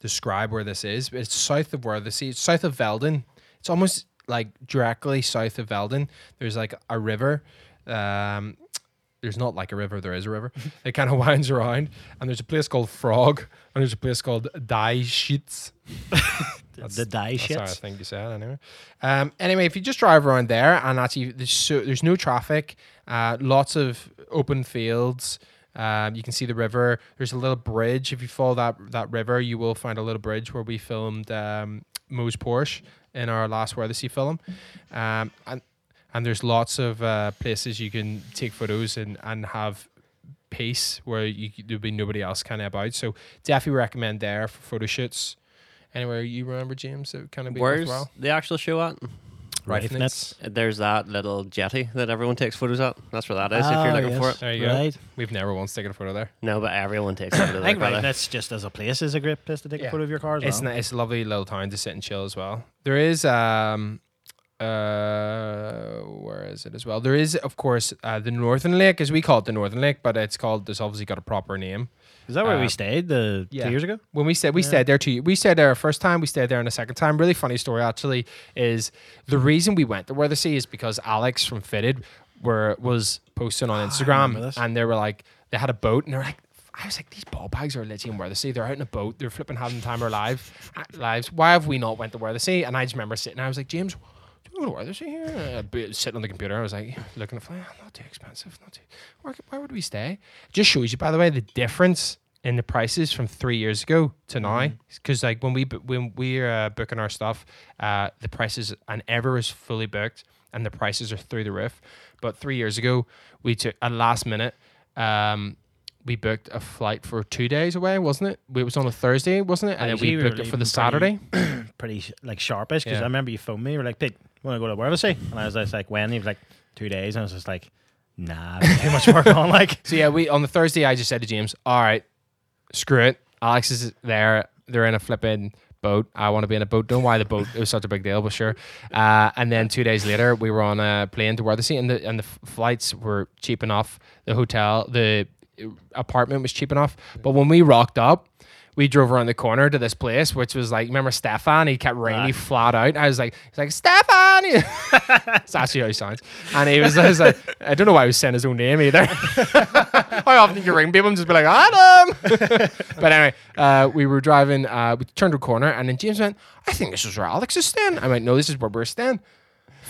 describe where this is. It's south of Where the Sea. It's south of Veldon. It's almost like directly south of Veldon. There's like a river. Um, there's not like a river. There is a river. it kind of winds around, and there's a place called Frog, and there's a place called Die Sheets.
the die
That's how I
shits.
think you said anyway. Um, anyway, if you just drive around there and actually there's, so, there's no traffic, uh, lots of open fields. Um, you can see the river. There's a little bridge. If you follow that that river, you will find a little bridge where we filmed um, Moe's Porsche in our last Where the Sea film. Um, and and there's lots of uh, places you can take photos and and have peace where you, there'll be nobody else kind of about. So definitely recommend there for photo shoots. Anywhere you remember, James, it would kind of be
Where's
worthwhile.
the actual show at?
Right,
Right,
Nets.
There's that little jetty that everyone takes photos at. That's where that is. if
Ah,
you're looking for
yes.
it.
There you
Right.
go. We've never once taken a photo there.
No, but everyone takes photos.
I think Ripeness just as a place is a great place to take
Yeah.
a photo of your car as
It's
well.
ni- it's a lovely little town to sit and chill as well. There is um uh where is it as well? There is of course uh, the Northern Lake, as we call it the Northern Lake, but it's called. There's obviously got a proper name.
Is that where
uh,
we stayed the
yeah.
two years ago?
When we stayed, we stayed there two. We stayed there our first time. We stayed there in a second time. Really funny story actually is the reason we went to Where the Sea is because Alex from Fitted were was posting on Instagram,
this.
and they were like they had a boat, and they're like, I was like, these ball bags are literally in Werther They're out in a boat. They're flipping having the time of their life, uh, lives. Why have we not went to Werther Sea? And I just remember sitting. I was like, James, do you want to Werther Sea here? And I'd be sitting on the computer. I was like, looking at the flight. Not too expensive. Not too. Where, could- where would we stay? Just shows you, by the way, the difference in the prices from three years ago to now.
Mm-hmm.
Because like when we bu- when we're uh, booking our stuff, uh, the prices and ever is fully booked, and the prices are through the roof. But three years ago, we took a last minute. Um, we booked a flight for two days away, wasn't it? It was on a Thursday, wasn't it? And then
Uh,
we
we were
booked it for the
leaving
Saturday.
pretty- Pretty sh- like sharpish because
Yeah.
I remember you phoned me. You were like, "Pete, want to go to Wervesey?" And I was just like, "When?" He was like, two days." And I was just like, "Nah, I've got too much work on." Like,
So yeah, we on the Thursday I just said to James, "All right, screw it. Alex is there. They're in a flipping boat. I want to be in a boat. Don't know why the boat it was such a big deal, but sure." Uh, and then two days later, we were on a plane to Werther and the and the f- flights were cheap enough. The hotel, the uh, apartment was cheap enough. But when we rocked up. We drove around the corner to this place, which was like, remember Stefan? He kept ringing me flat out. I was like, he's like, Stefan! it's actually how he sounds. And he was, I was like, I don't know why he was saying his own name either. How often do you ring people and just be like, Adam? but anyway, uh, we were driving, uh, we turned a corner, and then James went, I think this is where Alex is staying. I went, No, this is where we're staying.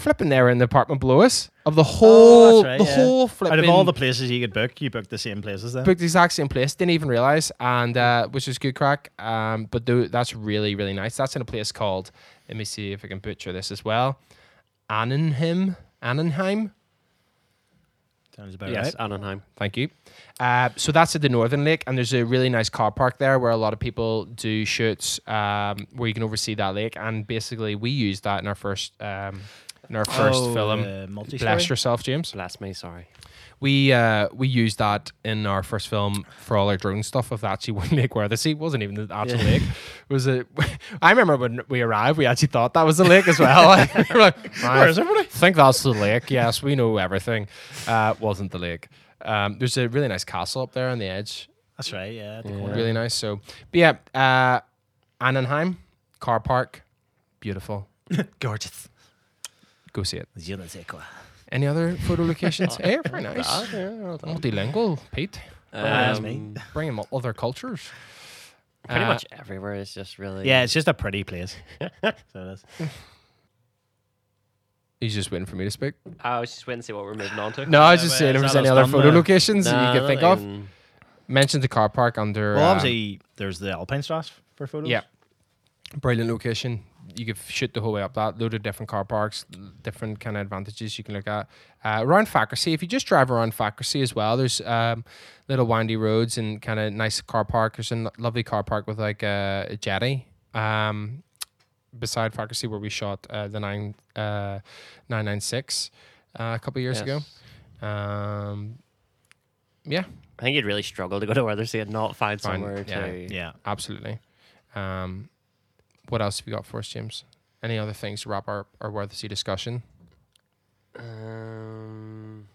Flipping there in the apartment below us of the whole,
Oh, right,
the
yeah.
whole flipping.
out of all the places you could book, you booked the same places then.
Booked the exact same place, didn't even realize, and uh, which is good crack. Um, but tho- that's really, really nice. That's in a place called, let me see if I can butcher this as well, Annenheim. Annenheim.
Sounds about
yes,
right.
Annenheim.
Thank you. Uh, so that's at the Northern Lake, and there's a really nice car park there where a lot of people do shoots, um, where you can oversee that lake. And basically, we used that in our first, um, in our first
Oh,
film.
uh, multi-story?
Bless yourself, James.
Bless me, sorry.
We uh, we used that in our first film for all our drone stuff of the actually one lake where the sea wasn't even the actual lake. It was a, I remember when we arrived, we actually thought that was the lake as well. we were like, "Right,
Where is everybody?
think that's the lake. Yes, we know everything. Uh, wasn't the lake. Um, there's a really nice castle up there on the edge.
That's right. Yeah. at the
Yeah.
corner.
Really nice. So, but yeah, uh, Annenheim car park, beautiful.
Gorgeous.
Go see it.
Je ne sais quoi.
Any other photo locations? eh, very nice.
Bad, yeah, well done.
Multilingual, Pete.
that's
Um,
me.
Bringing up other cultures.
Pretty
Uh,
much everywhere is just really.
Yeah, it's just a pretty place. so it is.
He's just waiting for me to speak.
I was just waiting to see what we're moving on to.
No, I was
Yeah,
just
but
saying if
it's
there's
not
any
us
other
done
photo
there.
locations that you
No,
could think
not
of.
even-
Mention the car park under.
Well,
um,
obviously, there's the Alpine Strasse for photos.
Yeah. Brilliant location. You could shoot the whole way up that. Load of different car parks, different kind of advantages you can look at. Uh, around Fackersea, if you just drive around Fackersea as well, there's um, little windy roads and kind of nice car park. There's a n- lovely car park with like a, a jetty um, beside Fackersea where we shot uh, the nine uh, 996 uh, a couple of years
Yes.
ago. Um, yeah,
I think you'd really struggle to go to Weathersea and not find
Find-
somewhere
yeah.
to.
Yeah.
absolutely. Um, what else have you got for us, James? Any other things to wrap our, our Worth Sea discussion?
Um,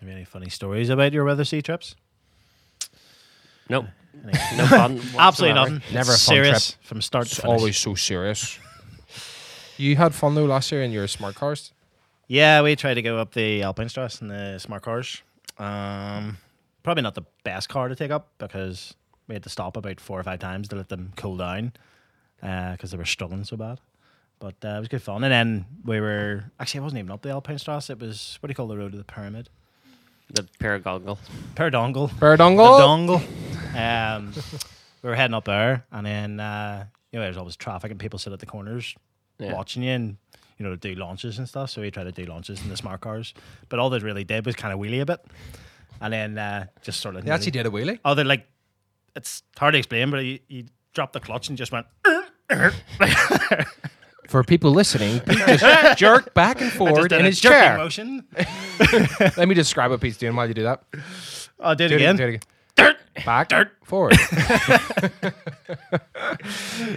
Have you any funny stories about your weather sea trips?
nope.
Any-
No fun.
Absolutely
whatsoever.
nothing.
Never a fun
serious from start to
It's
finish.
always so serious. you had fun though last year in your smart cars.
Yeah, we tried to go up the Alpine Strasse in the smart cars. Um, probably not the best car to take up because we had to stop about four or five times to let them cool down because they were struggling so bad. But uh, it was good fun. And then we were actually, it wasn't even up the Alpine Strasse. It was what do you call the road of the pyramid?
The Paragongal.
Paradongle.
Birdongle.
The dongle. Um, we were heading up there, and then uh, you know there's always traffic, and people sit at the corners
Yeah.
watching you, and you know do launches and stuff. So we tried to do launches in the smart cars, but all they really did was kind of wheelie a bit, and then uh, just sort of
They actually did a wheelie.
Oh, they're like it's hard to explain, but you, you dropped the clutch and just went
For people listening, Pete just jerked back and
just
forward
did
in
a
his
jerking
chair.
motion.
Let me describe what Pete's doing while you do that.
Oh, I did
Do
it
it
again.
Do it again. Back. Forward.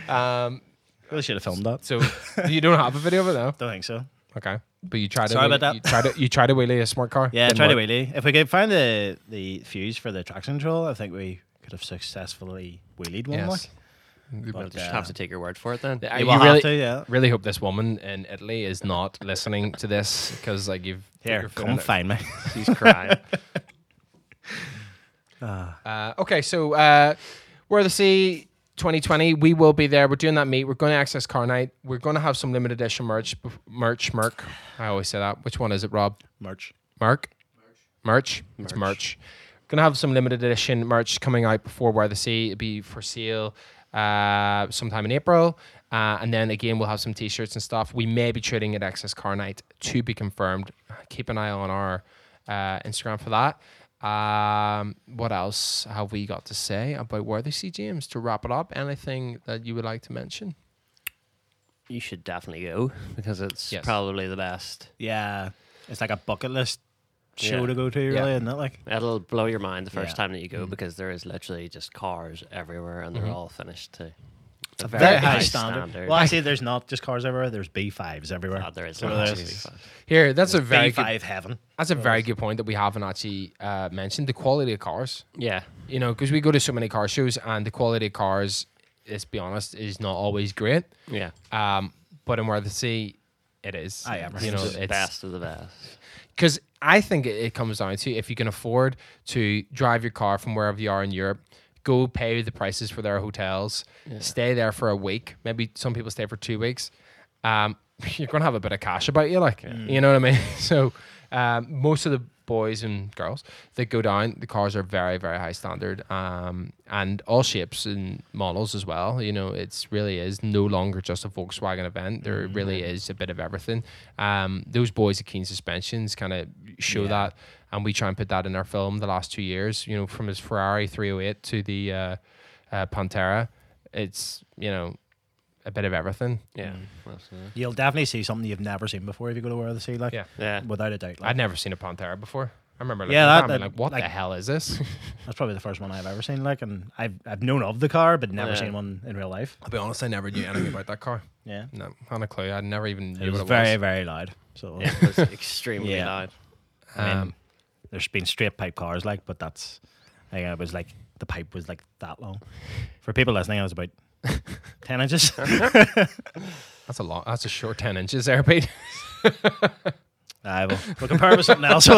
um,
Really should have filmed that.
so you don't have a video of it though.
Don't think so.
Okay. But you tried to
Sorry
wheelie,
about that.
you tried to you tried to wheelie a smart car.
Yeah,
Didn't
try to
work.
wheelie. If we could find the the fuse for the traction control, I think we could have successfully wheelied one.
Yes.
Like.
We'll just
uh,
have to take your word for it then.
Yeah, you
You will
really,
have to, yeah.
really hope this woman in Italy is not listening to this because like you've put
Here,
your foot
come
in it.
find me.
She's crying.
Ah,
Uh, okay, so uh, we're the sea 2020. We will be there. We're doing that meet. We're going to access car night. We're going to have some limited edition merch. bef- Merch, merc. I always say that. Which one is it, Rob?
Merch.
Merc. Merch. It's merch. Gonna have some limited edition merch coming out before Where the Sea. It'll be for sale uh, sometime in April. Uh, and then again, we'll have some t shirts and stuff. We may be trading at Access Car Night to be confirmed. Keep an eye on our uh, Instagram for that. Um, what else have we got to say about Where the Sea, James? To wrap it up, anything that you would like to mention?
You should definitely go because it's
Yes.
probably the best.
Yeah, it's like a bucket list show
Yeah.
to go to, really,
Yeah.
isn't it? Like,
It'll blow your mind the first
Yeah.
time that you go because there is literally just cars everywhere and they're all finished to it's a
very high standard. Well, actually, there's not just cars everywhere. There's B5s everywhere.
God, Oh, there is
So
not.
there's
Jesus.
Here, that's a very good,
B5 heaven.
that's a very good point that we haven't actually uh, mentioned the quality of cars.
yeah,
you know, because we go to so many car shows and the quality of cars, let's be honest, is not always great.
yeah.
Um, but in where the sea, it is.
I am.
You know,
It's the
it's
best of the best.
because I think it, it comes down to if you can afford to drive your car from wherever you are in Europe, go pay the prices for their hotels, stay there for a week. Maybe some people stay for two weeks. Um, you're gonna have a bit of cash about you, like you know what I mean. So um, most of the boys and girls that go down, the cars are very very high standard, um, and all shapes and models as well. You know, it's really is no longer just a Volkswagen event. There really is a bit of everything. Um, those boys at Keen Suspensions kind of show
Yeah.
that, and we try and put that in our film. The last two years, you know, from his Ferrari 308 to the uh, uh, Pantera, it's you know a bit of everything.
Yeah, absolutely.
You'll definitely see something you've never seen before if you go to where the sea, like,
Yeah.
Yeah.
without a doubt. Like,
I'd never seen a Pantera before. I remember looking
Yeah,
at
that-
that, and
that-
being like, what the
like-
hell is this?
That's probably the first one I've ever seen. Like, and I've I've known of the car, but never
Yeah.
seen one in real life.
I'll be honest, I never knew anything about that car.
Yeah,
No, not a clue. I never even knew
it was
what it
very
was.
very loud. So
Yeah, it was extremely
Yeah.
loud.
I mean,
Um,
there's been straight pipe cars, like, but that's I think it was like the pipe was like that long. For people listening, it was about ten inches.
that's a lot. That's a short 10 inches there, Pete.
I will we'll compare it with something else.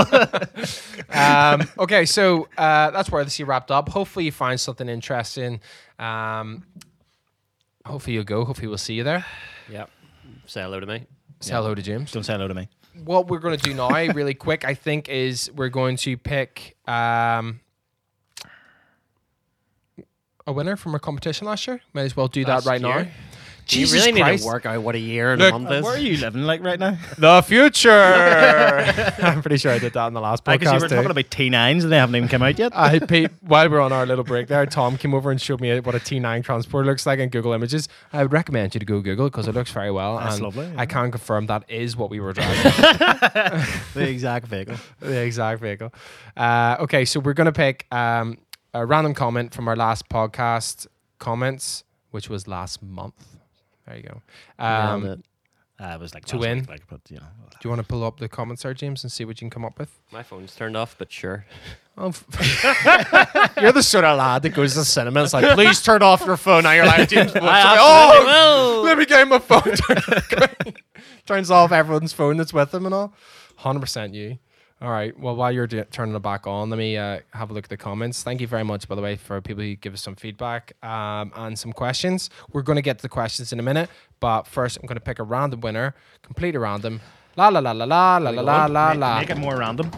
um, okay, so uh, that's where the sea wrapped up. Hopefully, you find something interesting. Um, hopefully, you'll go. Hopefully, we'll see you there.
Yep. Say hello to me.
Say hello to James.
Don't say hello to me.
what we're going to do now, really quick, I think, is we're going to pick um, a winner from our competition last year. May as well do
Last
that right
year?
now. Jesus
you really need
Christ.
to work out what a year and
Look,
a month
Where are
is.
you living like right now?
The future. I'm pretty sure I did that in the last podcast.
Because you were
too.
talking about T9s and they haven't even come out yet.
I Pete, while we we're on our little break there, Tom came over and showed me what a T9 transporter looks like in Google Images. I would recommend you to go Google because it looks very well.
That's
and
lovely, yeah.
I can confirm that is what we were driving.
the exact vehicle.
the exact vehicle. Uh, okay, so we're going to pick um, a random comment from our last podcast comments, which was last month. There you go. Um,
Nailed
do
it.
Uh, it was like
To
last week,
win.
like, but you know,
you want to pull up the comments there, James, and see what you can come up with?
My phone's turned off, but sure.
Oh, f- You're the sort of lad that goes to the cinema. It's like, please turn off your phone. Now you're like, James, Bond." It's like, oh, let me get my phone. Turns off everyone's phone that's with them and all. 100% you. All right. Well, while you're do- turning it back on, let me uh, have a look at the comments. Thank you very much, by the way, for people who give us some feedback um, and some questions. We're going to get to the questions in a minute, but first, I'm going to pick a random winner, complete a random. La la la la la la la la la
Make-
la.
Make it more random.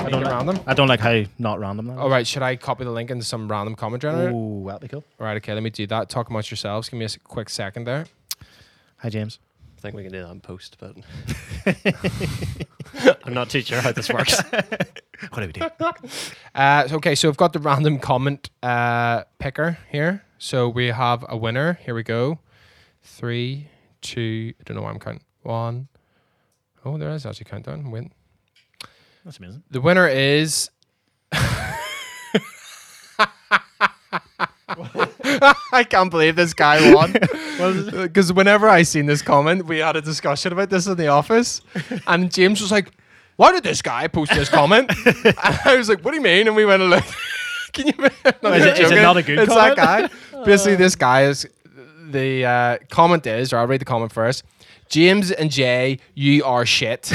I don't random.
I don't like how not random that.
All right. Should I copy the link into some random comment generator?
Ooh, that'd be cool.
All right. Okay. Let me do that. Talk amongst yourselves. Give me a s- quick second there.
Hi, James.
I think we can do that in post, but I'm not too sure how this works.
What do we do?
Uh, so- okay, so we've got the random comment uh, picker here. So we have a winner. Here we go. Three, two. I don't know why I'm counting. One. Oh, there is actually countdown. Win.
That's amazing.
The winner is. I can't believe this guy won. Because whenever I seen this comment, we had a discussion about this in the office, and James was like, "Why did this guy post this comment?" and I was like, "What do you mean?" And we went and looked. Can you? I'm not
Is it- is it
joking.
not a good
It's that guy. Basically, this guy is. The uh, comment is, or I'll read the comment first. James and Jay, you are shit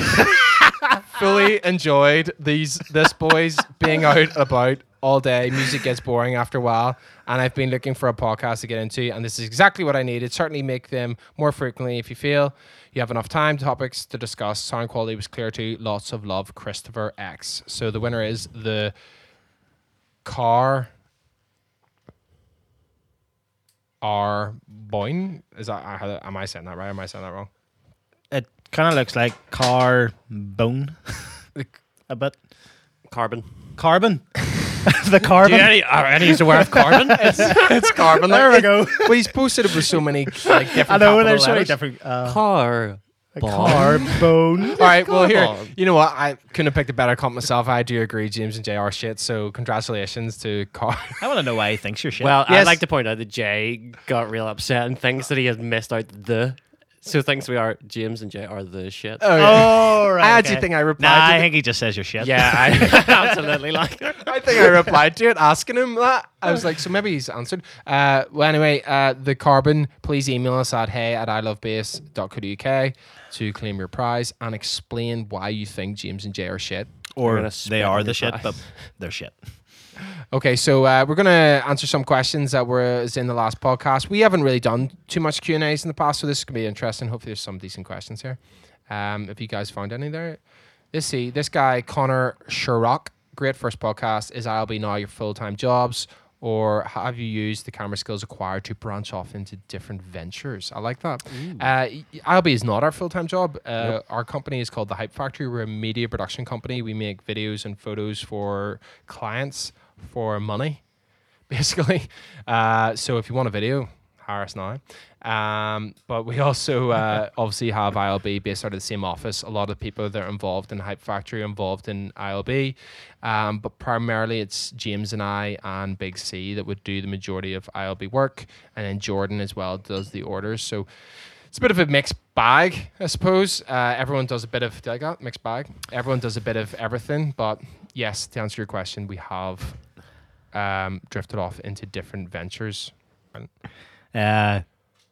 fully enjoyed these this boys being out and about all day. Music gets boring after a while, and I've been looking for a podcast to get into, and this is exactly what I needed. Certainly make them more frequently if you feel you have enough time, topics to discuss. Sound quality was clear too. Lots of love, Christopher X. So the winner is the car. R Boyne is that how- am I saying that right? Am I saying that wrong?
It kind of looks like car bone a bit.
Carbon.
Carbon. the carbon.
are any aware of carbon?
it's carbon.
there we go.
Well, he's posted it with so many like different.
I
capital
know there's so many
letters.
different. Uh,
Car.
carbone.
All right, well here,
Carbon.
you know what? I couldn't have picked a better comp myself. I do agree, James and Jr. Shit. So congratulations to Car.
I want to know why he thinks you're shit.
Well,
Yes.
I'd like to point out that Jay got real upset and thinks that he has missed out the. So thinks we are James and Jay are the shit.
oh, right.
I actually
okay.
think I replied
Nah,
to
I
the-
think he just says you're shit.
yeah, I absolutely like.
I think I replied to it, asking him that. I was like, so maybe he's answered. Uh, well, anyway, uh, the carbon. Please email us at hey at ilovebase.co.uk to claim your prize and explain why you think James and Jay are shit.
We're
Or
gonna
they
spit
are
on
the
your
shit,
pie.
but they're shit.
Okay, so uh, we're gonna answer some questions that were is in the last podcast. We haven't really done too much Q and A's in the past, so this is gonna be interesting. Hopefully, there's some decent questions here. Um, if you guys found any there, let's see. This guy Connor Sherrock, great first podcast. Is ILB now your full time jobs, or have you used the camera skills acquired to branch off into different ventures? I like that. Uh, ILB is not our full time job. Uh, Our company is called the Hype Factory. We're a media production company. We make videos and photos for clients for money, basically. Uh, so if you want a video, hire us now. Um, but we also uh, obviously have ILB based out of the same office. A lot of people that are involved in Hype Factory are involved in ILB, um, but primarily it's James and I and Big C that would do the majority of ILB work, and then Jordan as well does the orders. So. It's a bit of a mixed bag, I suppose. Uh, everyone does a bit of did I got mixed bag. Everyone does a bit of everything, but yes, to answer your question, we have um, drifted off into different ventures.
Uh,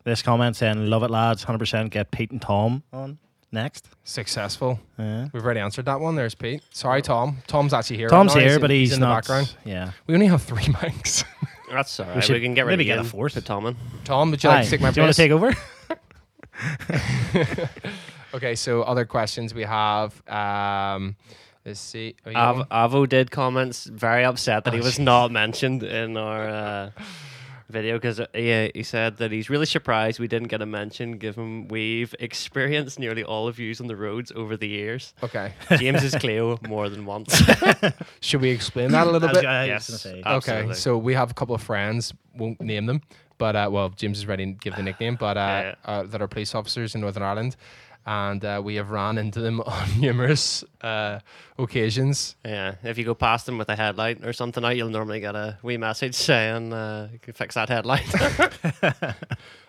this comment saying, "Love it, lads. Hundred percent. Get Pete and Tom on next."
Successful.
Yeah.
We've already answered that one. There's Pete. Sorry, Tom. Tom's actually here.
Tom's
right now.
here,
in-
but he's,
in
not.
the background.
Yeah.
We only have three mics.
That's all right.
should
We, can get rid
maybe
of
get a
Ian,
fourth.
Put Tom in.
Tom, would you like
Aye.
to take my
Do you
place?
want to take over?
okay, so other questions we have. Um, let's see. Oh, yeah.
Av- Avo did comments very upset
Oh,
that he was not mentioned in our uh, video because yeah, he said that he's really surprised we didn't get a mention given we've experienced nearly all of yous on the roads over the years.
okay.
James is Cleo more than once.
Should we explain that a
I
little
was
bit?
gonna- I was
yes.
gonna say. oh,
absolutely.
Okay, so we have a couple of friends, won't name them, but uh, well, James is ready to give the nickname, but uh,
Yeah,
Uh, that are police officers in Northern Ireland, and uh, we have ran into them on numerous uh, occasions.
Yeah, if you go past them with a headlight or something out, you'll normally get a wee message saying, uh, you can fix that headlight.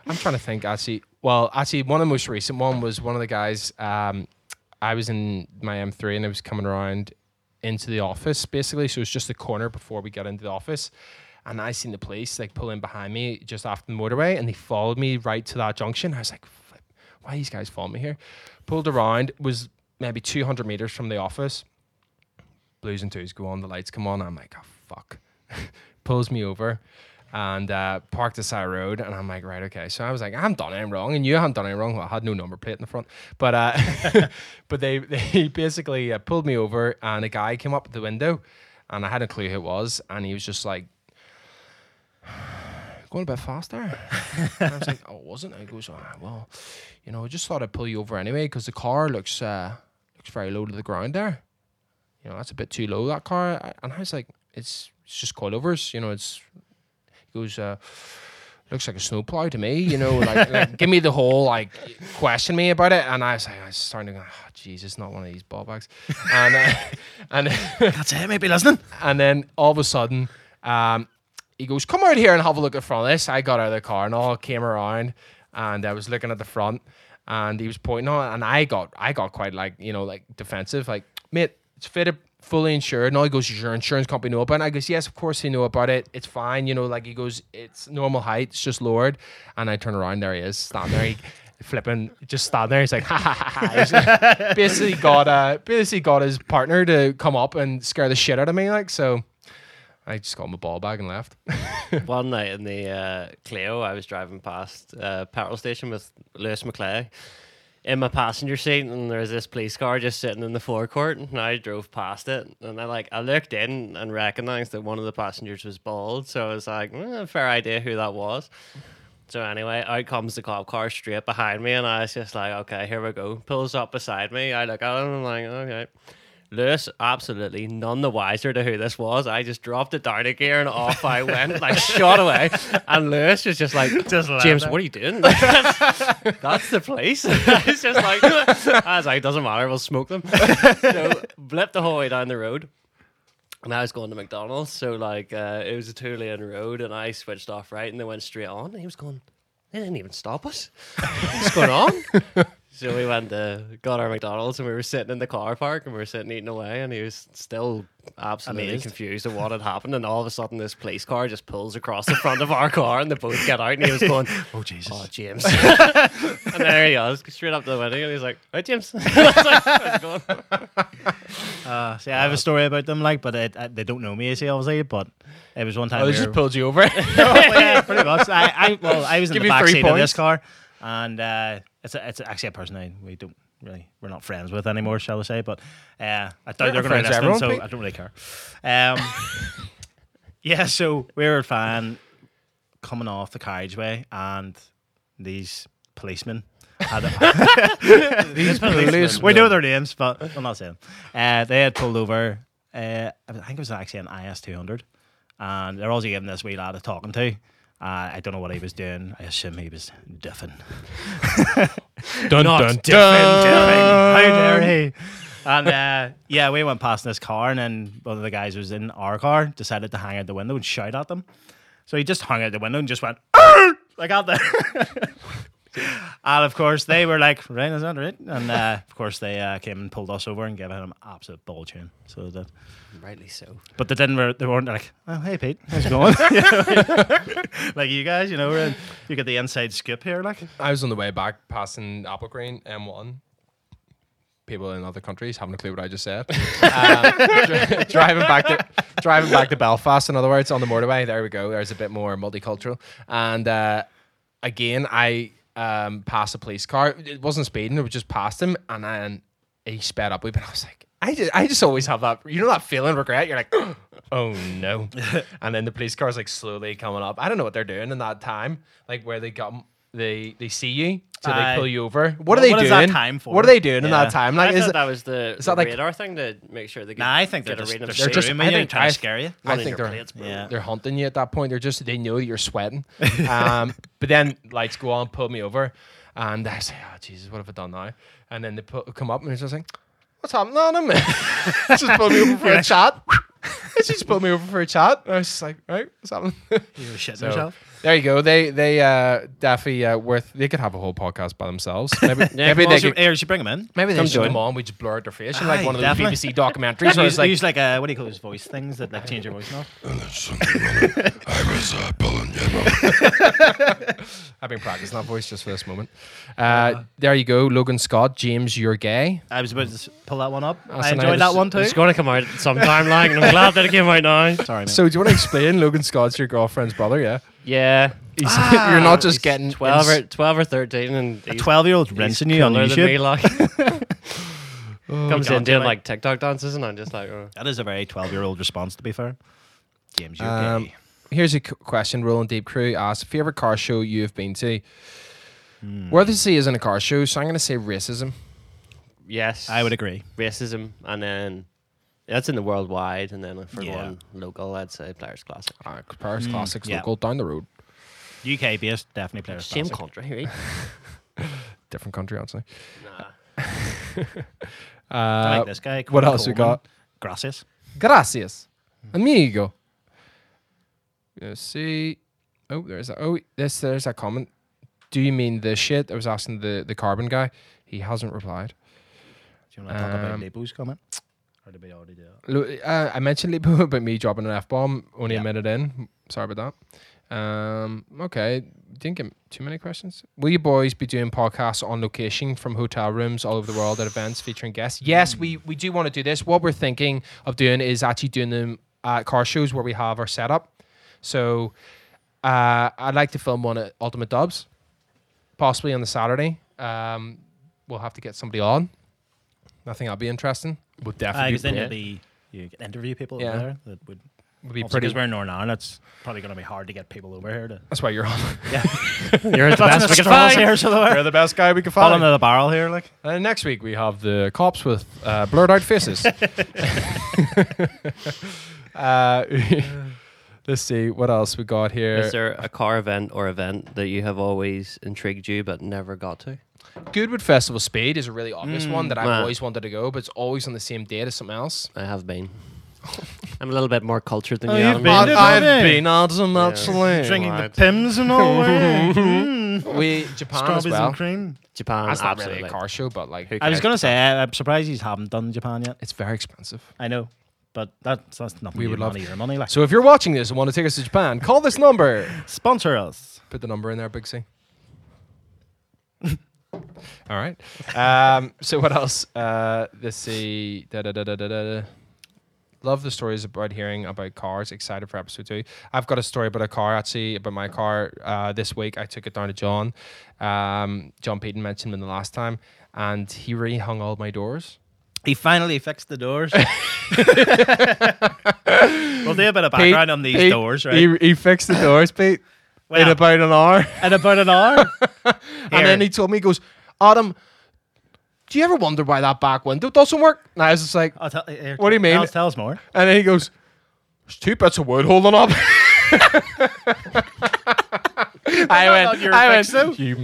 I'm trying to think. Actually, well, actually, one of the most recent one was one of the guys. Um, I was in my M3 and I was coming around into the office basically. So it's just the corner before we get into the office, and I seen the police like pull in behind me just after the motorway, and they followed me right to that junction. I was like, "Flip, "Why these guys follow me here?" Pulled around was maybe 200 meters from the office. Blues and twos go on. The lights come on. I'm like, "Oh fuck." pulls me over and uh, parked the side of the road. And I'm like, right, okay. So I was like, I haven't done anything wrong, and you haven't done anything wrong. Well, I had no number plate in the front, but uh, but they they basically uh, pulled me over, and a guy came up at the window, and I had a clue who it was, and he was just like. Going a bit faster. and I was like, oh, wasn't I? He goes, ah, well, you know, I just thought I'd pull you over anyway because the car looks uh, looks very low to the ground there you know, that's a bit too low, that car. I- And I was like, it's, it's just coilovers, you know, it's, he goes, uh, looks like a snowplow to me, you know, like, like give me the whole, like, question me about it. And I was like, I was starting to go, oh, Jesus, not one of these ball bags. And, uh, and,
That's it. Maybe listening.
and then all of a sudden, um, he goes, "Come out here and have a look at front of this." I got out of the car and all came around, and I was looking at the front, and he was pointing on, it, and I got, I got quite like, you know, like defensive, like, "Mate, it's fitted, fully insured." And all he goes, "Does your insurance company know about?" it? And I goes, "Yes, of course they know about it. It's fine, you know." Like he goes, "It's normal height, it's just lowered," and I turn around, there he is, standing there. He, Flipping, just standing there. He's like, ha ha ha. ha. He's basically got uh, basically got his partner to come up and scare the shit out of me. Like, so I just got my ball bag and left.
One night in the uh, Clio, I was driving past uh, petrol station with Lewis McClay in my passenger seat, and there was this police car just sitting in the forecourt. And I drove past it, and I like I looked in and recognized that one of the passengers was bald. So I was like, "Eh, fair idea who that was. So anyway, out comes the cop car straight behind me, and I was just like, okay, here we go. Pulls up beside me. I look at him, I'm like, okay. Lewis, absolutely none the wiser to who this was. I just dropped it down a gear and off I went, like shot away. And Lewis was just like,
Just laughed
James,
at
what are you doing? that's, that's the place. it's just like, I was like, doesn't matter, we'll smoke them. so, blipped the whole way down the road. And I was going to McDonald's, so like uh, it was a two lane road, and I switched off right, and they went straight on. And he was going, they didn't even stop us. What's going on? so we went to got our McDonald's, and we were sitting in the car park, and we were sitting eating away, and he was still absolutely
Amazed.
confused at what had happened. And all of a sudden, this police car just pulls across the front of our car, and they both get out, and he was going,
Oh Jesus!
"Oh, James!" and there he was, straight up to the window, and he's like, "Hi, James." I was like, "How's it going?"
Uh, see, I have a story about them, like, but it, uh, they don't know me, you see, obviously. But it was one time.
I
we
just
were-
pulled you over.
yeah, pretty much. I, I well, I was in
Give
the
me
back
three
seat of
points.
this car, and uh, it's a, it's actually a person I, we don't really we're not friends with anymore, shall we say? But uh, I doubt
We're
they're going
friends with
to listen,
everyone,
so
Pete.
I don't really care. Um, yeah, so we were fine coming off the carriageway, and these policemen. Had a,
These policemen.
we know their names, but I'm not saying. Uh, they had pulled over. Uh, I think it was actually an IS 200, and they're also giving this wee lad a talking to. Uh, I don't know what he was doing. I assume he was duffing.
Dun,
Not
dun,
dipping, dipping. How dare he? And uh, yeah, we went past this car, and then one of the guys who was in our car decided to hang out the window and shout at them. So he just hung out the window and just went "Arr!" like at them. and of course, they were like, "Right, is that right?" And uh, of course, they uh, came and pulled us over and gave him an absolute ball tune. So they did,
Rightly so.
but they didn't. re- They weren't like, "Oh, hey, Pete, how's it going?" like you guys, you know, we're in, you get the inside scoop here, like.
I was on the way back passing Apple Green M1. People in other countries haven't a clue what I just said. um, dri- driving back to driving back to Belfast, in other words, on the motorway. There we go. There's a bit more multicultural. And uh, again, I um, passed a police car. It wasn't speeding. It was just past him, and then he sped up. We, but I was like, I just, I just always have that, you know, that feeling of regret. You're like, oh no. and then the police car's like slowly coming up. I don't know what they're doing in that time, like where they got. They, they see you, so
Aye.
they pull you over. What are
Uh, What-
they
what
doing?
is that time for?
What are they doing in
Yeah.
that time? Like,
I
is
thought
it,
that was the,
is that
the
like-
radar thing to make sure they get.
Nah, I think they're
get a
just
reading
they're,
of
they're
shit.
just-
just.
I
I
think-
think trying
I-
to scare you.
I
Running
think
your
they're
plates, bro.
Yeah.
they're hunting you at that point. They're just they know that you're sweating. Um, but then lights go on, pull me over, and I say, "Oh Jesus, what have I done now?" And then they put, come up and it's just like, "What's happening on him?" just pulled me over for a chat. she just pulled me over for a chat. And I was just like, "Right, what's happening?"
You were shitting
So,
yourself.
there you go. They they uh, definitely uh, worth. They could have a whole podcast by themselves. Maybe, maybe
Well,
they
should,
could.
here, should bring him in.
Maybe they
Come
should
join.
come on. We just blurred their face, like
Aye,
one of those
definitely.
BBC documentaries. where
Use,
it's like,
use like a, what do you call those voice things that like change your voice now?
I was uh, pulling you know.
I've been practicing that voice just for this moment. Uh, there you go, Logan Scott, James, you're gay.
I was about to s- pull that one up. I
so now
enjoyed
it's-
that one too.
It's going to come out sometime, like, and I'm glad that it came out now.
Sorry, man.
So do you want to explain Logan Scott's your girlfriend's brother? Yeah,
Yeah.
He's-
Ah,
you're not just
He's
getting ins-
12 or, 12 or 13, and
a
he's-
twelve-year-old
he's
rinsing you on
cooler than me,
YouTube.
like. Oh, Comes in
God,
doing
Jimmy.
like TikTok dances, and I'm just like, oh.
That is a very twelve-year-old response, to be fair. James, you're
Um,
gay.
Here's a c- question. Roland Deep Crew asks, favorite car show you've been to?
Hmm.
Where the sea isn't a car show, so I'm going to say racism.
yes,
I would agree.
racism, and then that's in the worldwide, and then for
Yeah.
one local, I'd say Players Classic.
Uh, Paris Classics
Hmm, yeah.
local down the road,
UK-based, definitely players.
Same
classic.
country, right?
different country, honestly.
nah.
I
Uh,
like this guy.
what else we got?
Gracias.
Gracias, amigo. Let's see. Oh, there's a, oh this there's a comment. Do you mean the shit? I was asking the the carbon guy. He hasn't replied.
Do you want to talk about
Um,
Lebo's comment? Or did we already do that?
Lo- uh, I mentioned Lipo about me dropping an F bomb only
Yeah.
a minute in. Sorry about that. Um, okay, didn't get too many questions. Will you boys be doing podcasts on location from hotel rooms all over the world at events featuring guests? Yes, we we do want to do this. What we're thinking of doing is actually doing them at car shows where we have our setup. So uh, I'd like to film one at Ultimate Dubs, possibly on the Saturday. Um, we'll have to get somebody on. I think that'll be interesting. We'll definitely
because then
be,
you'll be you could interview people
Yeah.
over there that would
we'll be
because
pretty.
we're in Northern Ireland. It's probably going to be hard to get people over here to.
That's why you're on.
Yeah,
You're the best we can find.
here, so they're
the best guy we could
falling to the barrel here. Like
And Uh, next week we have the cops with uh, blurred out faces. uh, let's see what else we got here.
Is there a car event or event that you have always intrigued you but never got to?
Goodwood Festival Speed is a really obvious one that I've
man.
always wanted to go, but it's always on the same date as something else.
I have been. I'm a little bit more cultured than
Oh,
you.
you've
Adam.
been to I've Bali? been
out some
actually.
drinking
Right.
the pims and all. eh? Mm.
We Japan as
Strawberries
Mm-hmm. well.
and cream.
Japan,
That's not
absolutely.
really a car show, but like
Who
I was
cares?
going to say I- I'm surprised you haven't done Japan yet.
it's very expensive.
I know, but that's that's nothing.
We
We
would
would
love-
money, your money. Like
So if you're watching this and want to take us to Japan, call this number.
sponsor us.
Put the number in there, Big C. All right. Um, so what else? Uh, let's see. Da, da, da, da, da, da. da. Love the stories about hearing about cars. Excited for episode two. I've got a story about a car actually, about my car. Uh, this week I took it down to John. Um, John Payton mentioned him the last time, and he really hung all my doors.
He finally fixed the doors. we'll do a bit of background on these
Pete-
doors, right?
He, he fixed the doors, Pete, in
Well,
about an hour.
in about an hour.
And then
Here.
he told me, he goes, Adam, do you ever wonder why that back window doesn't work? And I was just like,
I'll tell- here,
What do you mean?
Tell us, tell us more.
and then he goes, there's two bits of wood holding up. I
not
went,
your
I
fix,
went, you motherfucker.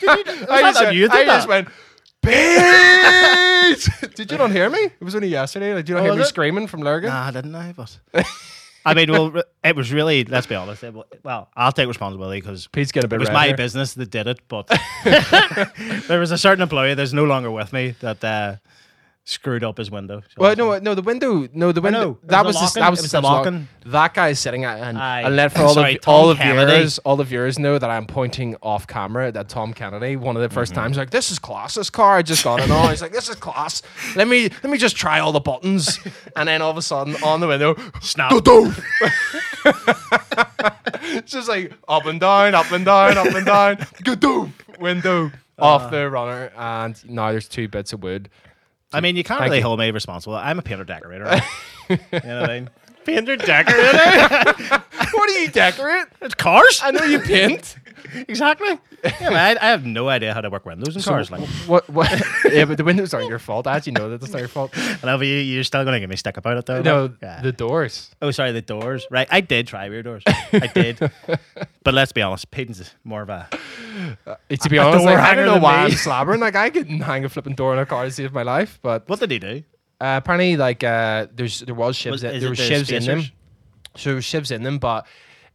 I,
not
just,
on
went-
you, did
I just
that?
went, bitch! did you not hear me? It was only yesterday. Like, did you not
Oh,
hear
was
me
it?
screaming from Lurgan?
Nah, Ah, didn't I? But I mean, well, re- it was really. Let's be honest. It, wa- well, I'll take responsibility because
Pete's getting a bit
it was
red
my
here.
business that did it. But there was a certain employee that's no longer with me that uh, screwed up his window. shall
Well,
I
no,
say.
uh, no, the window, no, the window.
know. It
That was
was
this,
a lock-in.
that was
It was
this
a
lock-
lock-in.
That guy's sitting at and,
Aye.
and let for all
Sorry,
of
Tom
all of
Kennedy.
yours, all of yours know that I'm pointing off camera at Tom Kennedy. One of the 1st
Mm-hmm.
times, like this is class. This car I just got it on. He's like, this is class. Let me let me just try all the buttons, and then all of a sudden on the window,
Snap.
it's just like up and down, up and down, up and down. Ga-doof, window
Uh.
off the runner, and now there's two bits of wood.
I mean, you can't
Thank
really
you.
hold me responsible. I'm a painter decorator. right? you know what I mean?
Painter decorator.
what do you decorate?
It's cars.
I know you paint.
exactly. Yeah, man, I, I have no idea how to work windows and cars. Like,
What? What? yeah, but the windows aren't your fault. I actually know that that's not your fault.
and I'll be, you're still going to give me stick about it though.
No,
like, yeah.
the doors.
Oh, sorry, the doors. Right, I did try rear doors. I did, but let's be honest, Peyton's more of a.
to be honest,
door
like, I don't
hanger
know
than
why I'm
me.
slobbering. Like I couldn't hang a flipping door in a car to save my life. But uh,
What did he do?
apparently, like uh, there's there was shivs.
Was-
that-
is
there
it
was
the
shivs in them.
spacers?
So there was shivs in them, but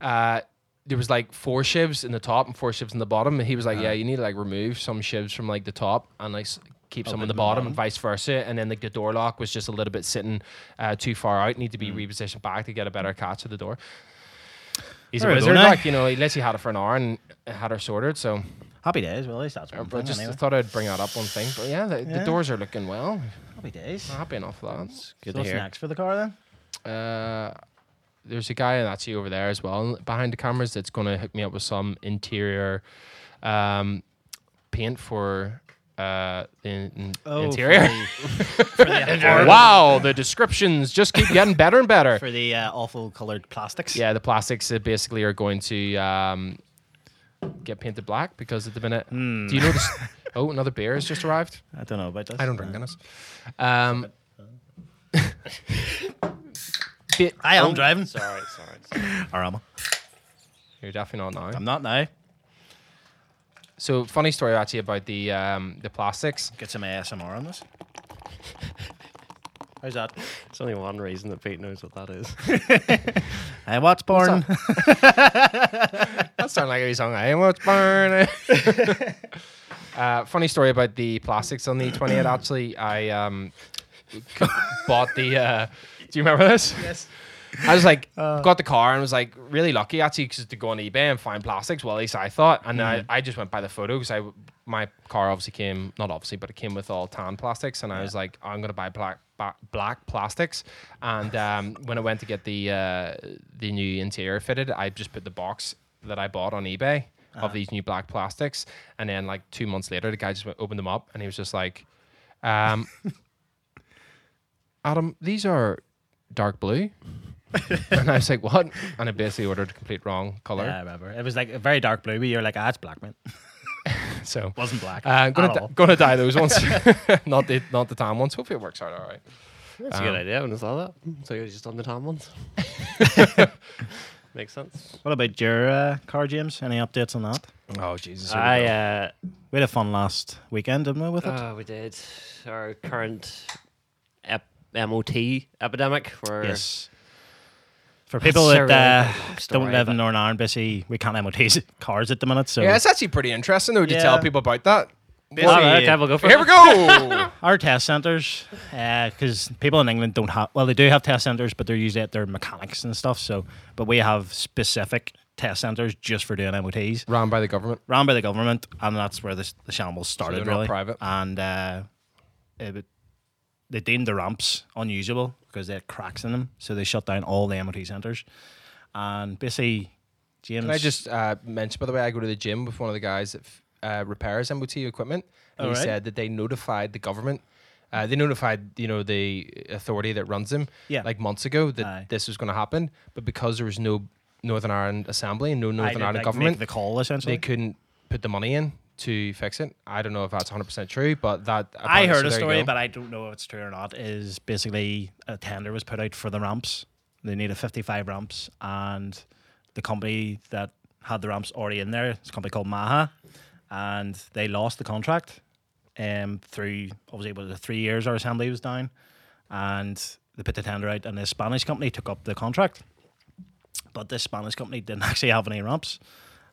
uh, there was like four shivs in the top and four shivs in the bottom. And he was like,
Uh-huh.
"Yeah, you need to like remove some shivs from like the top and like." s-
Oh,
Keep some in the bottom and vice versa, and then like the door lock was just a little bit sitting uh, too far out. Need to
Hmm.
be repositioned back to get a better catch of the door. He's a
There we go
wizard,
now.
like you know. He literally had it for an hour and had her sorted. So
Happy days. Well, at least that's one
I
thing.
just
anyway.
thought I'd bring that up one thing, but yeah, the, the
Yeah.
doors are looking well.
Happy days.
I'm happy enough with
Good
so
to
what's
hear.
next for the car then?
that. Uh, there's a guy that's you over there as well behind the cameras that's going to hook me up with some interior um, paint for uh, the in- interior.
For the, for the, uh,
wow, the descriptions just keep getting better and better.
for the uh, awful colored plastics.
Yeah, the plastics uh, basically are going to um, get painted black because at the minute, do you know this? oh, another beer has just arrived.
I don't know about this.
I don't drink Guinness. Um, bit-
I am driving.
Sorry, sorry.
Or am I?
You're definitely not now.
I'm not now.
So funny story actually about the um, the plastics.
Get some ASMR on this. How's that?
There's only one reason that Pete knows what that is.
I watch porn.
That sounds like a song. I was born. uh, funny story about the plastics on the 28. Actually, I um, c- bought the. Uh, do you remember this?
Yes.
I was like, got the car and was like really lucky actually because to go on eBay and find plastics. Well, at least I thought, and then I, I just went by the photo because I w- my car obviously came not obviously, but it came with all tan plastics, and I was like, I'm gonna buy black ba- black plastics. And um, when I went to get the uh, the new interior fitted, I just put the box that I bought on eBay of these new black plastics, and then like two months later, the guy just went, opened them up, and he was just like. Um, Adam, these are dark blue. and I was like, what? And I basically ordered a complete wrong color.
Yeah, I remember. It was like a very dark blue, but you're like, ah, it's black, man. It
So
wasn't black.
uh, gonna
at
di-
all.
gonna dye those ones, not the not the tan ones. Hopefully it works out all right.
That's a good idea. When I saw that, so you're just on the time ones. Makes sense.
What about your uh, car, James? Any updates on that?
Oh Jesus!
Ah,
I uh,
We had a fun last weekend, didn't we, with it?
uh, we did our current ep- MOT epidemic. Where
yes. For people
That's a
that uh,
really good
don't
story,
live
but-
in Northern Ireland, basically, we can't MOT's cars at the minute. So
yeah, it's actually pretty interesting though to tell
Yeah.
people about that.
All
Well,
right,
yeah.
okay, we'll go for
Here
it.
we go.
our test centers, because people in England don't have, well, they do have test centers, but they're usually at their mechanics and stuff. So, but we have specific test centers just for doing MOTs.
Ran by the government.
ran by the government, and that's where this, the shambles started.
they're not
really
private?
and uh, it, would- they deemed the ramps unusable because they had cracks in them, so they shut down all the MOT centres. And basically, James,
Can I just uh, mention, by the way, I go to the gym with one of the guys that f- uh, repairs MOT equipment, and he
Alright.
said that they notified the government. Uh, they notified, you know, the authority that runs them,
Yeah.
like months ago that
Aye.
this was going to happen, but because there was no Northern Ireland Assembly and no
I
Northern
did,
Ireland
like,
government,
make the call essentially?
they couldn't put the money in to fix it. I don't know if that's 100 percent true, but that
I
apparently- so
heard a
there you
story,
go.
but I don't know if it's true or not. Is basically a tender was put out for the ramps. They needed 55 ramps, and the company that had the ramps already in there, it's a company called Maha, and they lost the contract. Um, through obviously it was the three years our assembly was down, and they put the tender out, and the Spanish company took up the contract. But this Spanish company didn't actually have any ramps.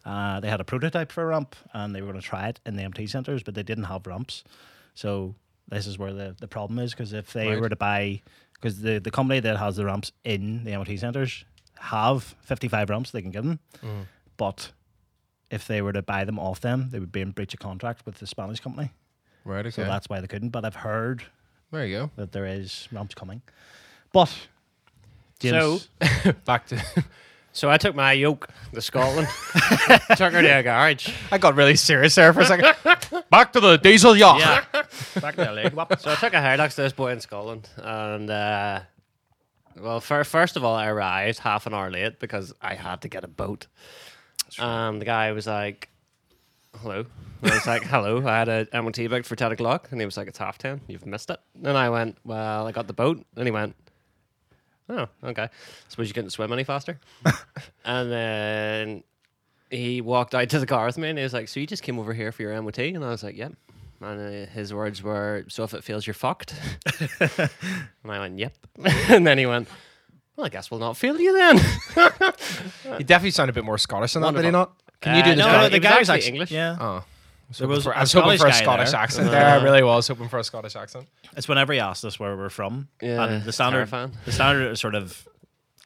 Uh, they had a prototype for a ramp and they were going to try it in the MT centres, but they didn't have ramps. So this is where the, the problem is because if they
Right.
were to buy, because the, the company that has the ramps in the MT centres have 55 ramps they can give them,
Mm.
but if they were to buy them off them, they would be in breach of contract with the Spanish company.
right, okay,
So that's why they couldn't. But I've heard
there you
that there is ramps coming. But James,
So-
go. Back to
So I took my yoke to Scotland, took her to a garage.
I got really serious there for a second. Back to the diesel yacht.
Yeah.
back to LA.
So I took a Hilux to this boy in Scotland, and uh, well, fir- first of all, I arrived half an hour late because I had to get a boat. And the guy was like, "Hello," and I was like, "Hello." I had a MOT booked for ten o'clock, and he was like, "It's half ten. You've missed it." And I went, "Well, I got the boat," and he went. Oh, okay. Suppose you couldn't swim any faster. and then he walked out to the car with me and he was like, So you just came over here for your MOT? And I was like, Yep. And uh, his words were, So if it fails, you're fucked. and I went, Yep. and then he went, Well, I guess we'll not fail you then.
He definitely sounded a bit more Scottish than that, did he
Wonderful.
not? Can you do
Uh,
the
no,
Scottish?
no,
the
was
guy was
actually
actually
English.
Yeah.
Oh.
There was
for-
a
I was hoping
Scottish
for a
guy
Scottish
there. Uh,
accent there. I really was hoping for a Scottish accent.
It's whenever he asks us where we're from.
Yeah,
and the
it's
standard,
terrifying.
the standard sort of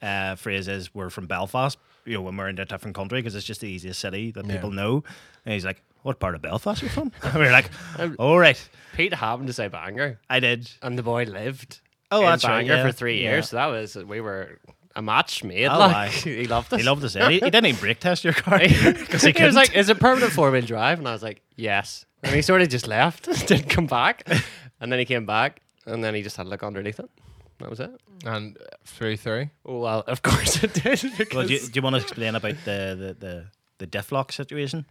uh, phrase is "we're from Belfast." You know, when we're in a different country, because it's just the easiest city that people know. And he's like, "What part of Belfast are you from?" And we're like, "All right,
Pete happened to say Bangor,
I did."
and the boy lived
Oh,
in
that's right,
Bangor
yeah,
for three
yeah.
years. So that was, we were a match made.
Oh,
like,
aye.
he loved us.
He loved the city. He didn't even brake test your car because he,
he was
couldn't.
like, "Is it permanent four wheel drive?" And I was like, "Yes." And he sort of just left, didn't come back, and then he came back, and then he just had a look underneath it. That was it.
And uh, through through.
Well, of course it did.
well,
Because
do you, do you want to explain about the the the, the diff lock situation?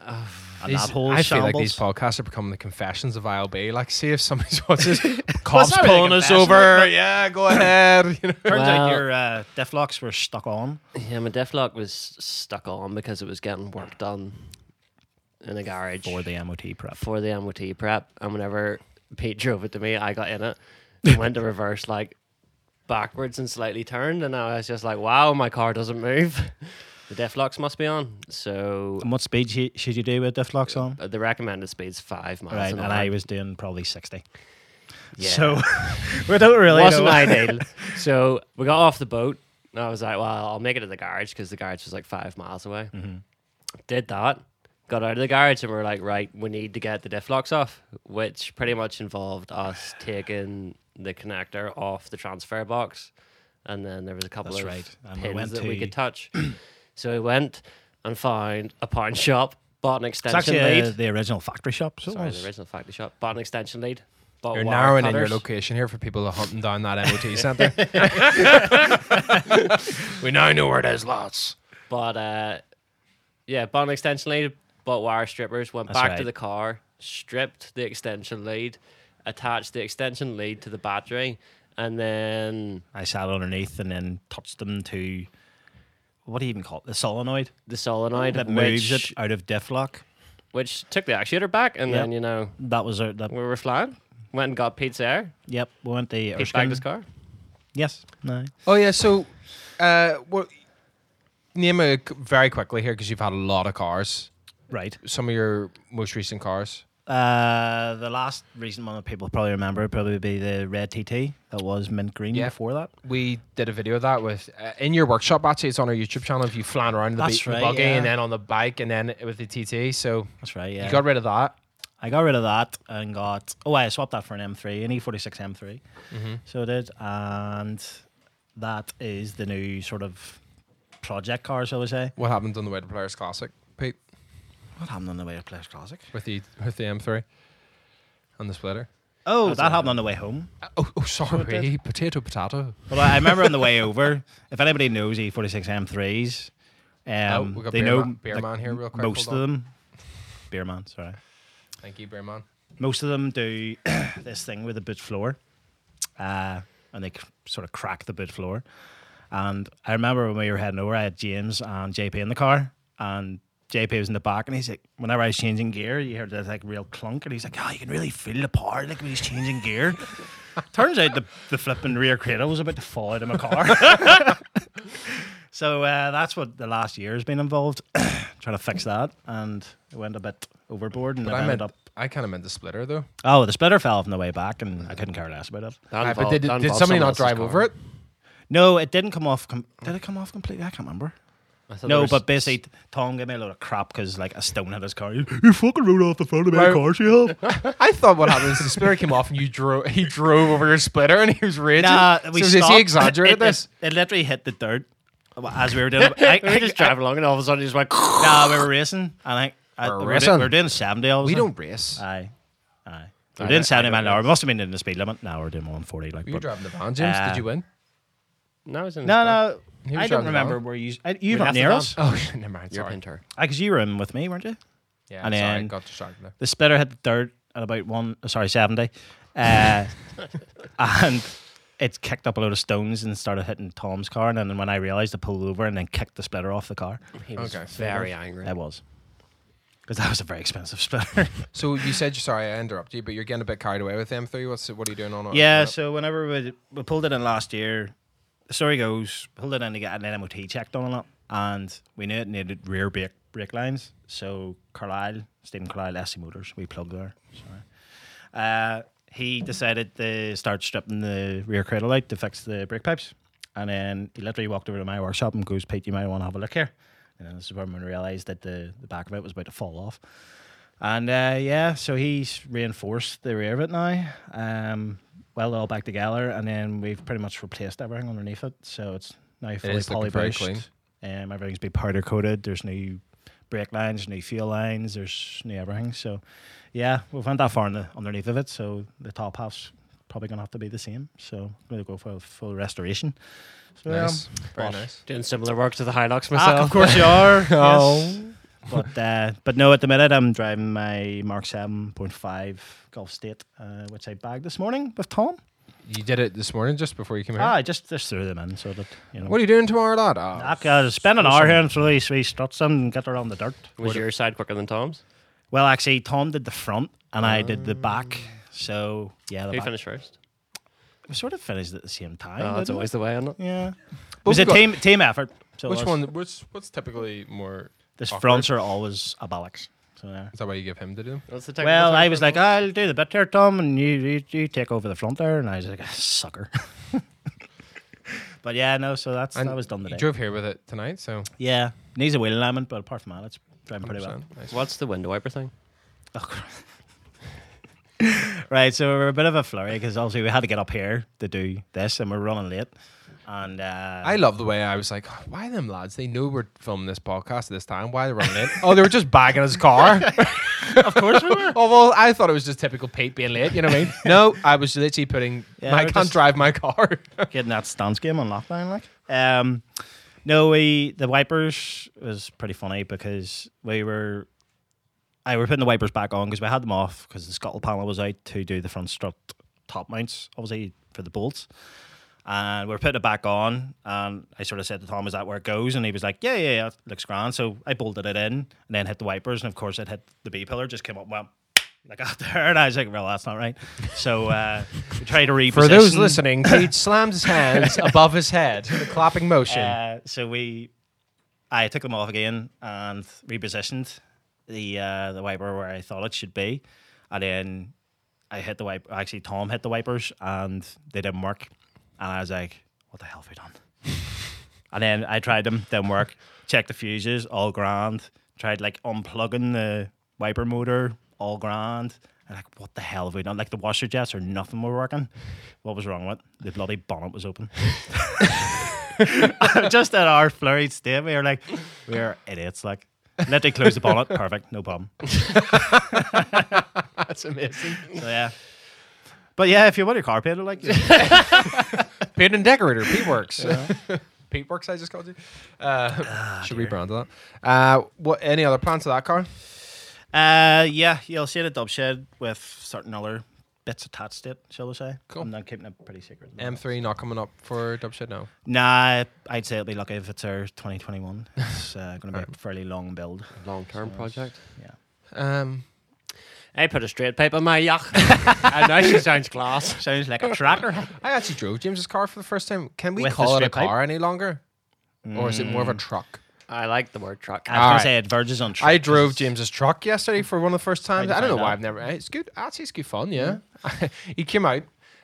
and that whole
I feel
shambles.
like these podcasts are becoming the confessions of ILB. Like, see if somebody's watching this. Cops
not really
pulling
a
us
confession,
over. Yeah, go ahead. You know.
Turns out
Well-
your uh, diff locks were stuck on.
yeah, my diff lock was stuck on because it was getting work done in a garage
for the MOT prep.
for the MOT prep, and whenever Pete drove it to me, I got in it and went to reverse like backwards and slightly turned, and I was just like, "Wow, my car doesn't move." The diff locks must be on. So
And what speed sh- should you do with diff locks on?
Uh, the recommended speed's five miles
Um, Right,
an
and
hour.
I was doing probably 60.
yeah.
So we don't really
wasn't
know.
ideal. So we got off the boat. And I was like, well, I'll make it to the garage because the garage was like five miles away.
Mm-hmm.
Did that. Got out of the garage and we are like, right, we need to get the diff locks off, which pretty much involved us taking the connector off the transfer box. And then there was a couple
That's
of
right. And we
pins
went
that we
to-
could touch. so we went and found a pawn shop, bought an
It's
extension
actually
lead.
uh, the original factory shop. So it
Sorry,
was.
the original factory shop, bought an extension lead. Bought
Oh,
You're
wire
narrowing in your
cutters.
location here for people who are hunting down that MOT centre. we now know where there's lots.
But uh, yeah, bought an extension lead, bought wire strippers, went
That's
back to
right.
the car, stripped the extension lead, attached the extension lead to the battery, and then
I sat underneath and then touched them to what do you even call it? The solenoid
the solenoid,
that
which,
moves it out of diff lock.
which took the actuator back, and
Yep.
then you know
That was our, that.
we were flying. Went and got Pete's air.
Yep, we went the
Pete bagged his
Erskine.
car.
Yes, no.
Oh yeah, so uh, what? Name a c- very quickly here because you've had a lot of cars.
Right.
Some of your most recent cars.
Uh, the last recent one that people probably remember would probably be the red TT that was mint green
Yeah.
before that.
We did a video of that with uh, in your workshop. Actually, it's on our YouTube channel. If you flan around in the,
That's
beat, the
right,
buggy
yeah.
and then on the bike and then with the TT, so
That's right. Yeah.
you got rid of that.
I got rid of that and got oh I swapped that for an M3, an E E46 M3.
Mm-hmm.
So I did, and that is the new sort of project car, shall we say?
What happened on the way to Players Classic, Pete,
What happened on the way to Place Classic?
with the with the M3 and the splitter?
Oh, that happened on the way home.
Oh, oh sorry, potato, potato.
Well, I remember on the way over. If anybody knows E E46 M3s, um,
Oh, we got
they
Beer
know
Ma- Beer Man here real quick,
Most of
hold on.
them, beer man, sorry.
Thank you, Bearman.
most of them do this thing with the boot floor, uh, and they c- sort of crack the boot floor. And I remember when we were heading over, I had James and JP in the car, and JP was in the back, and he's like, whenever I was changing gear, you heard this like real clunk, and he's like, oh, you can really feel the power like when he's changing gear. Turns out the, the flipping rear cradle was about to fall out of my car. so uh, that's what the last year has been involved, trying to fix that, and it went a bit overboard, and
But
it
I
ended
meant
up
I kind of meant the splitter though.
Oh, the splitter fell off on the way back, and I couldn't care less about it.
That
Aye, but
involved-
did,
that
did somebody
involved someone
not
else's
drive
car.
over it?
No, it didn't come off. Com- Did it come off completely? I can't remember.
I thought there
No,
was-
but basically, Tom gave me a load of crap because like a stone hit his car. You, you fucking rode off the front of my
Well-
car, you have.
I thought what happened is the splitter came off and you drove. He drove over your splitter and he was raging.
Nah,
So
we
is
stopped.
he exaggerated
it,
this?
It, it literally hit the dirt as we were doing. I,
we were just driving along, and all of a sudden, he just went.
Nah, we were racing. I think I,
We're
we
racing.
Were, do- we were doing seventy. All of a
We
sudden.
don't race.
Aye, aye. We
I
were
don't- I
doing seventy
don't
mile an hour. We must have been in the speed limit. Now we're doing one forty. Like,
Were you
but-
driving the van, James?
Uh,
did you win?
No, it was in his
no,
car.
He
no.
was driving
I don't
the
remember
van.
where you. I, you
We'd
were
have
not
to
near
van.
us.
Oh, never mind.
You're a
Sorry.
pinter.
Because you were in with me, weren't you?
Yeah,
And
sorry,
then-
got distracted there.
the splitter hit the dirt at about one oh, sorry 70 uh, and it kicked up a load of stones and started hitting tom's car and then when i realized i pulled over and then kicked the splitter off the car
He was
Okay.
very angry.
i was because that was a very expensive splitter
So you said you're sorry. I interrupted you, but you're getting a bit carried away with the M3. What's what are you doing on it?
yeah so whenever we, we pulled it in last year the story goes pulled it in to get an mot checked on it and we knew it needed rear brake brake lines so carlisle stephen carlisle sc motors we plugged there sorry uh, he decided to start stripping the rear cradle out to fix the brake pipes. And then he literally walked over to my workshop and goes, Pete, you might want to have a look here. And then this is when we realized that the, the back of it was about to fall off. And uh, yeah, so he's reinforced the rear of it now, um, welded all back together. And then we've pretty much replaced everything underneath it. So it's now fully
is looking very clean.
polybushed. Um, everything's been powder coated. There's new brake lines, new fuel lines, there's new everything. So yeah, we've went that far in the, underneath of it, so the top half's probably gonna have to be the same. So I'm gonna go for a full restoration. So, yeah.
nice, very
but-
nice.
Doing similar work to the Hilux
Ah,
myself. Oh.
of course you are. yes. But uh, but no, at the minute I'm driving my Mark Seven Point Five Golf State, uh, which I bagged this morning with Tom.
You did it this morning just before you came here.
Ah, I just just threw them in so that you know. Ah,
What are you doing tomorrow, lad? Oh,
I could spend an hour here and throw these three struts in and get around the dirt.
Was your side quicker than Tom's?
Well, actually, Tom did the front and I did the back. So yeah, the
Who
back.
Oh. finished first?
we sort of finished at the same time.
Oh, that's
didn't we?
always the way, isn't it?
Yeah.
But
it was
we
a
got-
team team effort. So it
Which
was.
one? Which what's typically more?
This
awkward?
fronts are always a bollocks. So yeah.
Is that why you give him to do?
That's the technical
Well,
term
I
for
was
it.
like, "Oh." I'll do the bit there, Tom, and you, you you take over the front there, and I was like, sucker. But yeah, no. So that's that was done
you
today.
drove here with it tonight, so
yeah, needs a wheel alignment, but apart from that, it's driving pretty well.
100%. Nice.
What's the window wiper thing?
Right, so we're a bit of a flurry because obviously we had to get up here to do this, and we're running late. And uh,
I love the way I was like, why them lads? They knew we're filming this podcast at this time. Why they're running in? Oh, they were just bagging his car.
of course we were.
oh well, I thought it was just typical Pete being late. You know what I mean? No, I was literally putting.
Yeah,
I
we're
can't
just-
drive my car.
getting that stance game on lockdown like um no we the wipers was pretty funny because we were I were putting the wipers back on because we had them off because the scuttle panel was out to do the front strut top mounts obviously for the bolts and we were putting it back on and I sort of said to Tom is that where it goes and he was like yeah yeah yeah it looks grand so I bolted it in and then hit the wipers and of course it hit the B pillar just came up and went like after her and I was like well that's not right so uh we tried to reposition
For those listening, Pete slams his hands above his head in a clapping motion.
Uh, so we, I took them off again and repositioned the uh, the wiper where I thought it should be, and then I hit the wiper. Actually, Tom hit the wipers and they didn't work, and I was like, "What the hell have we done?" and then I tried them, didn't work. Checked the fuses, all grand. Tried like unplugging the wiper motor, all grand. And like, what the hell have we done? Like the washer jets or nothing were working. What was wrong with it? The bloody bonnet was open just at our flurried state, we were like, we are idiots. Like, let they close the bonnet. Perfect, no problem.
That's amazing.
So yeah, but yeah, if you want your car painted, like,
Pete and decorator. Pete works. Pete works. I just called you. Uh, should rebrand that. Uh, what? Any other plans for that car?
uh, yeah, you'll see it at dub shed with certain other bits attached to it. Shall we say?
Cool.
I'm not keeping it pretty secret.
M3 not coming up for Dubshed now.
Nah, I'd say it'll be lucky if it's our 2021. It's uh, going to be a fairly long build.
Long term project.
Yeah.
Um,
I put a straight pipe on my yacht. and now she sounds class.
Sounds like a tracker.
I actually drove James's car for the first time. Can we
With the
call it a
straight pipe?
car any longer, or is it more of a truck?
I like the word truck.
Mm. I was going
Alright.
to say it verges on track.
I drove James's truck yesterday for one of the first times.
you
I don't know
find
why
that?
I've never. eh, It's good. Actually, it's good fun. Yeah, he came out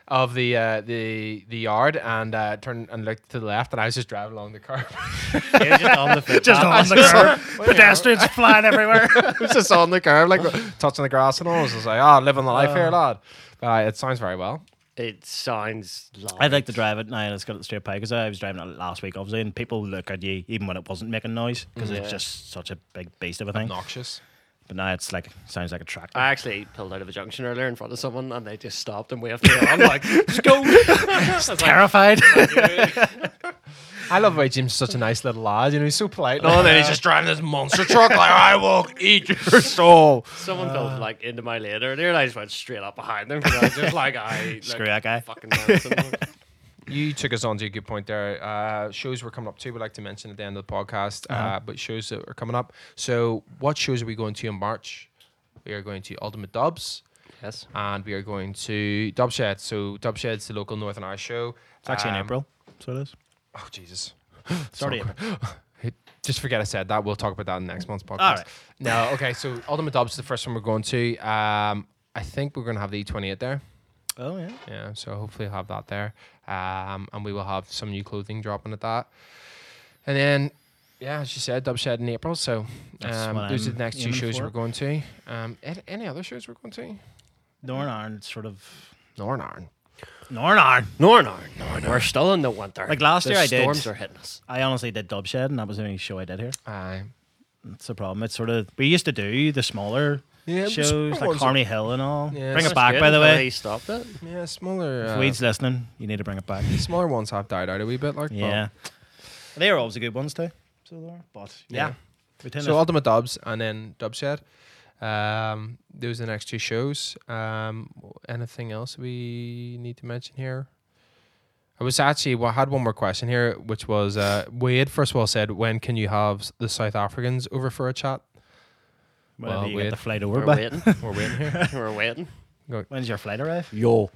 of the uh, the the yard and uh, turned and looked to the left, and I was just driving along the car.
Yeah, just on the footpath.
on the curb.
Pedestrians flying everywhere.
I was just on the curb, like touching the grass and all. I was just like, "Ah, living the life here, lad." But uh, it sounds very well.
It sounds
I'd like to drive it now. Let's get it straight pipe because I was driving it last week, obviously, and people look at you even when it wasn't making noise because it's just such a big beast of a thing.
Noxious.
But now it's like sounds like a tractor.
I actually pulled out of a junction earlier in front of someone and they just stopped and waved me on. I'm like, just go. I was like,
Terrified.
I love the way Jim's such a nice little lad. You know, he's so polite. No, and then he's just driving this monster truck. Like I will eat your soul.
Someone
Uh.
fell like into my lane earlier and I just went straight up behind them because I was just like, I like,
Screw that guy.
Fucking nonsense.
You took us on to a good point there. Uh, shows we're coming up to, we'd like to mention at the end of the podcast, uh
Uh-huh.
but shows that are coming up. So, what shows are we going to in March? We are going to Ultimate Dubs
yes.
and we are going to Dubshed. So, Dubshed's the local Northern Irish show.
it's actually in
Um,
April, so it is.
Oh, Jesus.
Sorry.
Just forget I said that. We'll talk about that in next month's podcast.
All right.
No, okay. So, Ultimate Dubs is the first one we're going to. Um, I think we're going to have the E28 there.
Oh yeah.
Yeah, so hopefully I'll have that there. Um, and we will have some new clothing dropping at that. And then, yeah, as you said, Dub Shed in April. So
That's
um,
what
those are
I'm
the next two
aiming
shows
for.
we're going to. Um, an- any other shows we're going to?
Norn Iron sort of
Norn Iron.
Norn Iron.
Nor, nor, nor, nor. We're still in the winter.
Like last
the
year I did.
storms are hitting us.
I honestly did Dub Shed, and that was the only show I did here.
Aye.
That's the problem. It's sort of we used to do the smaller
Yeah, but
shows
smaller
like
ones are-
Harmony Hill and all.
Yeah,
bring
it's
it back, by the way.
He stopped it.
yeah, smaller.
If
Uh,
Weed's listening, you need to bring it back.
smaller ones have died out a wee bit, like but-
Yeah. They are always the good ones too. So they are. But yeah.
Yeah.
We tend
So
to-
Ultimate Dubs and then Dub Shed. Um, those are the next two shows. Um, anything else we need to mention here? I was actually well, I had one more question here, which was uh, Wade. First of all, said when can you have the South Africans over for a chat?
whenever
well,
you
we'd-
get the flight over,
We're
but
waiting.
We're waiting here.
We're waiting.
when's your flight arrive?
Yo.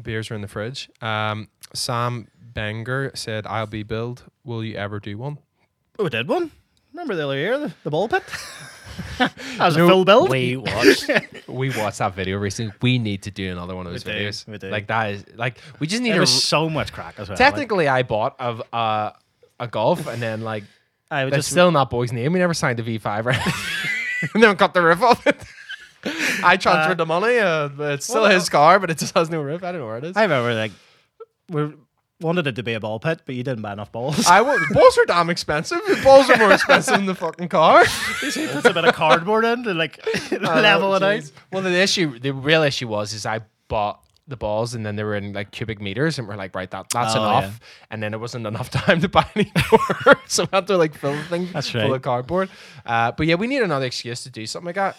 Beers are in the fridge. Um, Sam Benger said, "I'll be billed. Will you ever do one?"
Oh, we did one. Remember the other year, the, the ball pit? that was
No,
a full build.
We watched
we watched that video recently. We need to do another one of those
do,
videos.
we do.
Like that is like we just need
There
to.
was so much crack as well. like,
technically, I bought of uh, a golf, and then like
I would
that's
just
still not boy's name. We never signed the V five, right? and then cut the roof off it. I transferred the money. Uh, but it's still
well,
his car, but it just has no roof. I don't know where it is.
I remember like we wanted it to be a ball pit, but you didn't buy enough balls.
I will. Balls are damn expensive. Balls are more expensive than the fucking car.
He puts a bit of cardboard in to like
Oh,
level it out.
Well, the issue, the real issue was, is I bought the balls and then they were in like cubic meters, and we're like, right, that that's
Oh,
enough. And then it wasn't enough time to buy any more, so we had to like fill the thing
That's
full
right.
of cardboard. Uh, but yeah, we need another excuse to do something like that.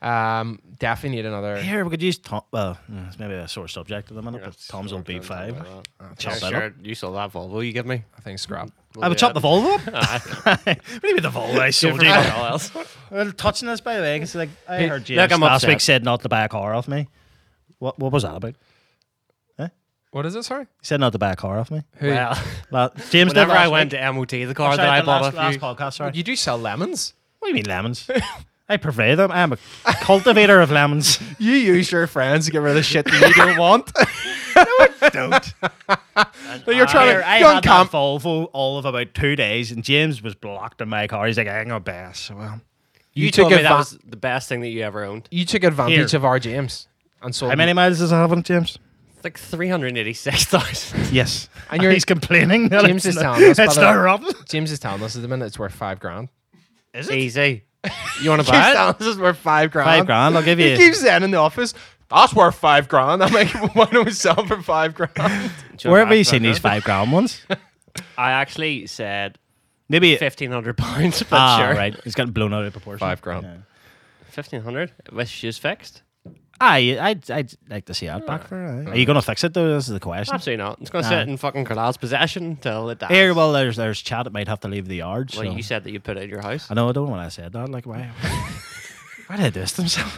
Um, definitely need another.
Here we could use Tom. Well, mm, it's maybe a sore subject at the minute, but Tom's old B five. Chop that up.
Sure, Oh, you sold that Volvo you give me.
I think scrap.
We'll
I would
do
chop the
that.
Volvo up. what do you mean the Volvo? I
Do it
sold
for
you.
all else.
Well, touching this by the way, because like I
Hey,
heard James
look, I'm
last
upset.
week said not to buy a car off me. What what was that about? He
What is it? Sorry.
said not to buy a car off me.
Who?
Well,
Well, James did
whenever I
last
went
week.
to MOT, the car
Sorry,
that I
the
bought
last,
off you.
last podcast. Sorry.
You do sell lemons.
What do you mean lemons? I purvey them. I'm a cultivator of lemons.
You use your friends to get rid of the shit that you don't want.
Don't.
But you're trying
I,
to
I
young
had
camp.
that Volvo all of about two days, and James was blocked in my car. He's like, "I ain't gonna buy it." So, well,
You,
You
told
took
me that
advan-
was the best thing that you ever owned.
You took advantage
Here.
of our James and sold.
how many miles does it have on it, James?
It's like 386,000.
Yes.
And
And
you're-
he's complaining. that
James
it's
is
not-
telling us, by
It's
the
not
way.
rotten.
James is telling us at the minute it's worth five grand.
Is
Easy. You want to
James
buy it?
telling us it's worth five grand.
Five grand. I'll give
He
you.
keeps saying in the office, that's worth five grand. I'm like, why don't we sell for five grand?
Do you
Where have
wanna
you
buy it?
seen these five grand ones?
I actually said
Maybe.
1,500 pounds, but
ah,
sure.
right. He's getting blown out of proportion.
Five grand.
Yeah.
1,500 with shoes fixed?
I, I'd, I'd like to see that back for. Are you gonna fix it though? This is the question.
Absolutely not. It's going to
Nah.
sit in fucking Carlisle's possession until it dies.
Here, well, there's there's chat. It might have to leave the yard.
Well,
so-
you said that you put it in your house.
I know. I don't know when I said that. Like, why? why did I diss themselves?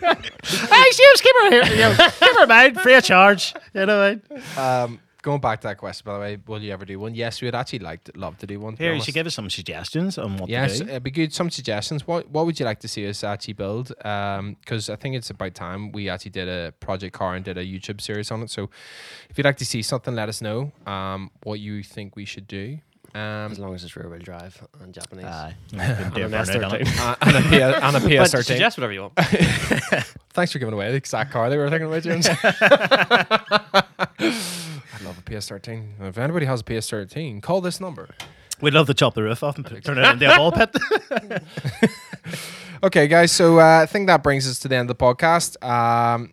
Hey, shoes, keep her here.
Never mind. Free of charge. You know what? I mean?
Um, going back to that question, by the way, will you ever do one? Yes, we would actually like to, love to do one. to be
Here, you
honest.
should give us some suggestions on what
Yes,
to do.
it'd be good. Some suggestions. What What would you like to see us actually build? Because I think it's about time we actually did a project car and did a YouTube series on it. So, if you'd like to see something, let us know. Um, what you think we should do. Um,
As long as it's rear wheel drive and Japanese.
Aye.
and an
Different,
S13.
innit?
uh, and a, P- and a
But
PS13.
suggest whatever you want.
Thanks for giving away the exact car they were thinking about, James. I love a PS13. If anybody has a PS13, call this number.
We'd love to chop the roof off and turn it into a ball pit.
Okay, guys. So uh, I think that brings us to the end of the podcast. Um,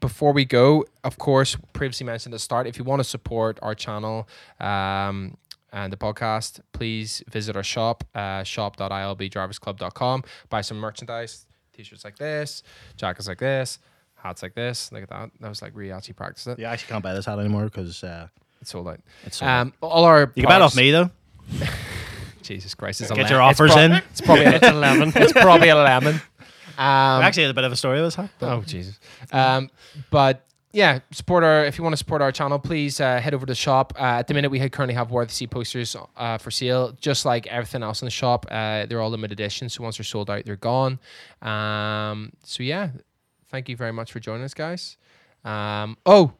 before we go, of course, previously mentioned at the start, if you want to support our channel um, and the podcast, please visit our shop, uh, shop.ilbdriversclub.com. Buy some merchandise, t-shirts like this, jackets like this, hats like this. Look at that. That was like really actually practice it.
you actually can't buy this hat anymore because uh,
It's sold out.
it's. sold.
Um, all our
you can buy it off
products-
me though.
Jesus Christ! It's a
Get
lem-
your
it's
offers
prob-
in.
It's probably it's a lemon. It's probably a lemon. Um,
actually, there's a bit of a story with this hat. but-
Oh Jesus! Um, but yeah, support our. If you want to support our channel, please uh, head over to the shop. Uh, at the minute, we had currently have War of the Sea posters uh, for sale. Just like everything else in the shop, uh, they're all limited edition. So once they're sold out, they're gone. Um, so yeah, thank you very much for joining us, guys. Um, oh,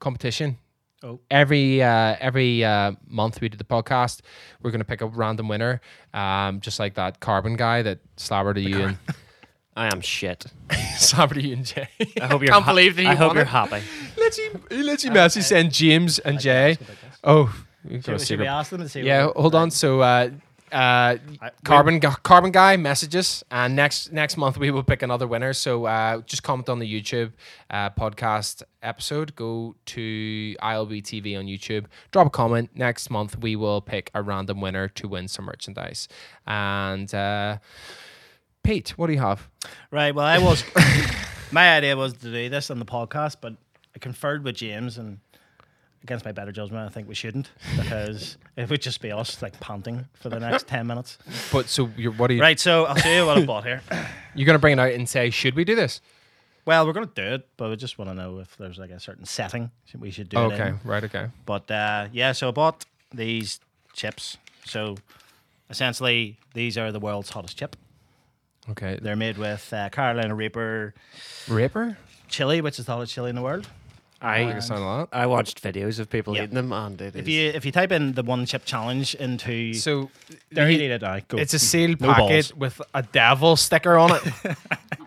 competition.
Oh.
Every uh, every uh, month we do the podcast. We're gonna pick a random winner, um, just like that carbon guy that slobbered at you
I am shit.
and slobbered at you and Jay.
I hope you're
Can't
ha-
believe that you
I hope
won
you're
it.
happy.
Literally, literally message send James and Jay. Oh, we've got a
Should, should we
secret.
ask them to see?
Yeah,
what-
hold on. So, uh, uh, carbon gu- carbon guy messages, and next next month we will pick another winner. So uh, just comment on the YouTube uh, podcast episode. Go to ILB TV on YouTube. Drop a comment. Next month we will pick a random winner to win some merchandise. And uh, Pete, what do you have?
Right. Well, I was. my idea was to do this on the podcast, but I conferred with James, and against my better judgment, I think we shouldn't because it would just be us like panting for the next ten minutes.
But so you're, what are you?
Right. So I'll show you what I bought here.
You're gonna bring it out and say, should we do this?
Well, we're gonna do it, but we just want to know if there's like a certain setting we should do it
Okay,
in.
right. Okay.
But uh, yeah, so I bought these chips. So essentially, these are the world's hottest chip.
Okay.
They're made with uh, Carolina Reaper
Ripper?
chili, which is the hottest chili in the world.
I think it sounds a lot.
I watched videos of people
Yeah.
eating them, and it is.
If you if you type in the one chip challenge into
So
there, you
you-
need it now. Go.
it's a sealed
No
packet
balls.
with a devil sticker on it.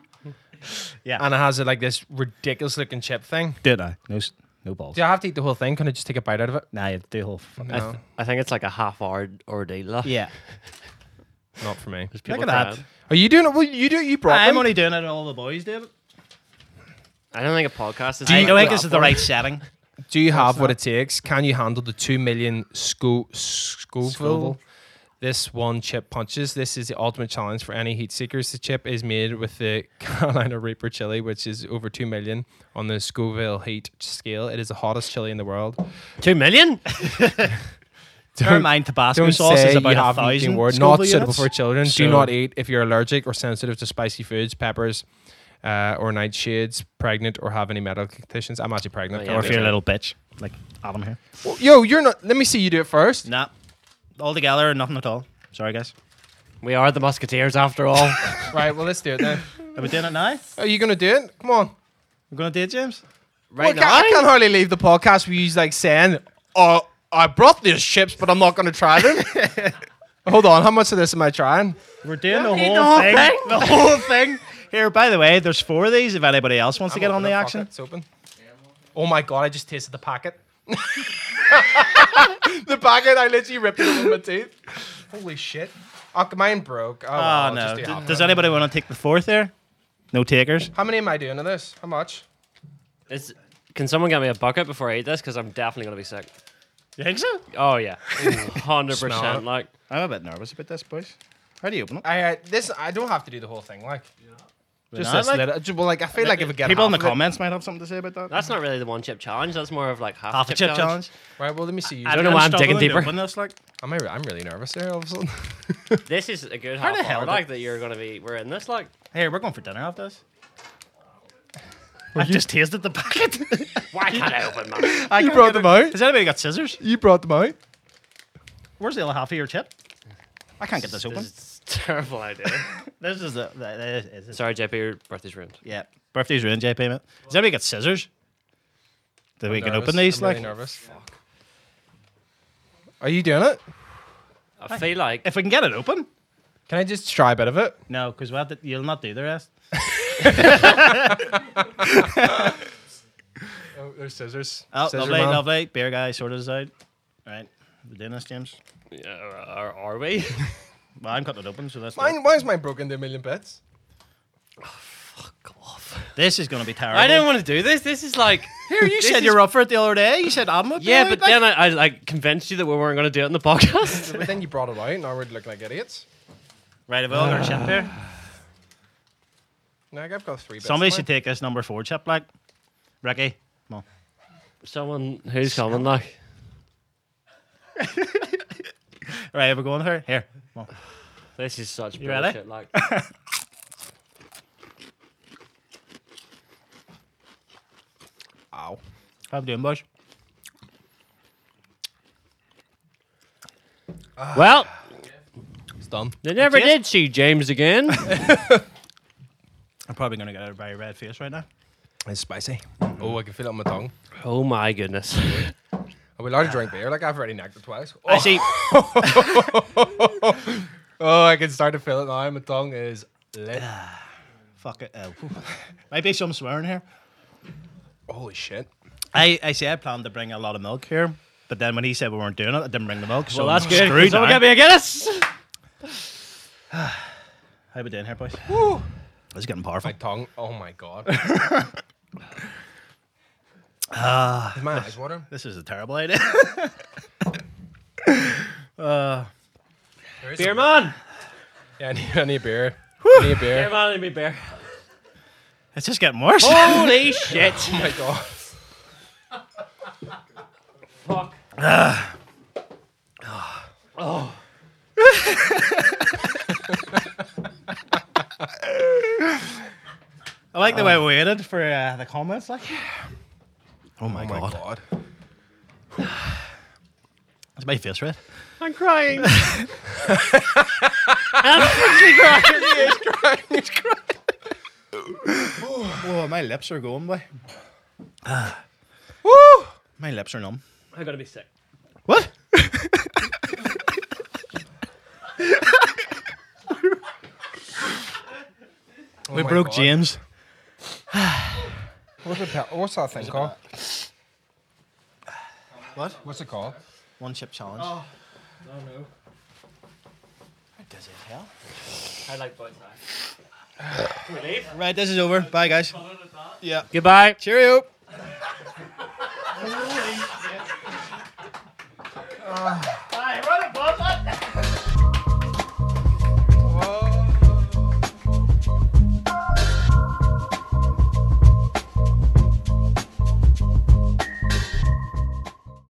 Yeah.
And it has it like this ridiculous looking chip thing.
do it now. No s- no balls.
Do I have to eat the whole thing? Can I just take a bite out of it?
Nah, you do the whole. f-
Mm.
I, th- I think it's like a half hour ordeal. left.
Yeah.
Not for me.
There's
Look
people
at that.
trying.
Are you doing it? Well, you do. You brought
I'm
them.
only doing it. All the boys do it.
I don't think a podcast is.
Do
I
you-
don't
like
think this
that
is the
one.
right setting.
do you have what it takes? Can you handle the two million sco- Scoville?
Scoville.
This one chip punches. This is the ultimate challenge for any heat seekers. The chip is made with the Carolina Reaper chili, which is over two million on the Scoville heat scale. It is the hottest chili in the world.
Two million?
Bear in mind, Tabasco
Don't
sauce
say
is
you
about a
haven't been
thousand.
warned.
Scoville
Not suitable
units.
for children.
So-
Do not eat if you're allergic or sensitive to spicy foods, peppers, uh, or nightshades. Pregnant or have any medical conditions. I'm actually pregnant.
Oh,
Don't
yeah,
Or
worry.
if you're a little bitch, like Adam here.
Well, Yo, you're not. Let me see you do it first.
Nah, all together, nothing at all. Sorry, guys.
We are the Musketeers after all.
Right. Well, let's do it then.
Are we doing it now?
Are you gonna do it? Come on.
We're gonna do it, James.
right
Well, I, can't, I
now?
can hardly leave the podcast with you like saying, "Oh, I brought these chips, but I'm not gonna try them." Hold on. How much of this am I trying?
We're doing the
need
whole,
the
thing.
whole thing?
The whole thing. Here, by the way, there's four of these. If anybody else wants to get on the action,
It's open. Oh my god! I just tasted the packet. the packet. I literally ripped it off with my teeth. Holy shit! Oh, mine broke. Oh,
oh
well,
no.
Just do
D-
half
does
of it.
anybody want to take the fourth there? No takers.
How many am I doing of this? How much?
Is- can someone get me a bucket before I eat this? Because I'm definitely going to be sick.
You think so?
Oh, yeah. Ooh, 100%.
Smell
like,
I'm a bit nervous about this, boys. How do you open it?
I uh, this. I don't have to do the whole thing. Like. Just
not,
this
like-
little, ju- well, like I feel like if it get
People in the
half of it-
comments might have something to say about that.
that's not really the one chip challenge. That's more of like half,
half a chip challenge.
right? Well, let me see. You.
I don't know why I'm digging
struggling to
deeper.
open This, like.
Am I, I'm really nervous here all of a sudden.
This is a good
How
half
the hell
hour.
did-
Like, that you're going to be. We're in this. Like,
Hey, we're going for dinner after this. I just tasted the packet.
why can't I open mine?
I
You
can't
brought
get
them
it.
out.
Has anybody got scissors?
You brought them out.
Where's the other half of your chip? I can't get this open.
This is a terrible idea.
This is the. the, the- is it-
Sorry, JP, your birthday's ruined.
Yeah. Birthday's ruined, JP, mate. Does anybody got scissors? That we can open these?
I'm
like,
really nervous. Are you doing it?
I feel like.
if we can get it open?
Can I just try a bit of it?
No, because we'll have to- you'll not do the rest.
Oh, there's scissors.
Oh,
Scissor
lovely,
man.
lovely. Beer guy sorted us out. Right. We're doing this, James.
Uh, are, are we?
Well, I'm cutting it open, so that's.
Mine, why is mine broken to a million bits?
Go off.
This is going to be terrible.
I didn't want to do this. This is like.
Here, you said you were up for it the other day. You said I'm up.
Yeah, but then I, I like convinced you that we weren't going to do it in the podcast.
But then you brought it out, and I would look like idiots.
Right, we'll our chip here.
Now I've got three bits.
Somebody
of
should
mine.
take this number four chip, like. Ricky, come on.
Someone who's coming, like.
Right, we're going here. Here, come on.
This is such
You ready?
bullshit. Like,
Ow.
How you doing, boys?
well,
It's done.
they never
Yes.
did see James again.
I'm probably going to get a very red face right now.
It's spicy. Oh, I can feel it on my tongue.
oh my goodness!
Are we allowed to drink beer? Like I've already nagged it twice.
I
Oh,
see.
oh, I can start to feel it now. My tongue is lit.
Ah. Fuck it. Oh. Might be some swearing here.
Holy shit.
I, I said I planned to bring a lot of milk here, but then when he said we weren't doing it, I didn't bring the milk. So
well, that's
I'm
good. Can
Screwed
Someone
now.
get me a Guinness.
How we doing here, boys? This is getting powerful.
My tongue. Oh my god.
Ah.
is my eyes watering?
This is a terrible idea.
There is a-
Beer man,
Yeah, I need, I need a beer. I need a
beer
beer.
man, and me beer.
it's just getting worse.
Holy shit!
Oh my god.
Fuck. Oh,
I like the way we waited for uh, the comments. Like, oh my,
Oh my
god.
god.
Is my face red?
I'm crying.
Whoa, my lips are going, boy.
Woo!
My lips are numb. Oh
I'm gonna be sick.
What?
my
we broke
God.
James.
What's, it, pe- what's that thing called?
What?
What's it called?
One chip challenge.
Oh, no, no.
Does it help?
I like boys. Relief.
Right, this is over. Bye, guys. Yeah.
Goodbye.
Cheerio.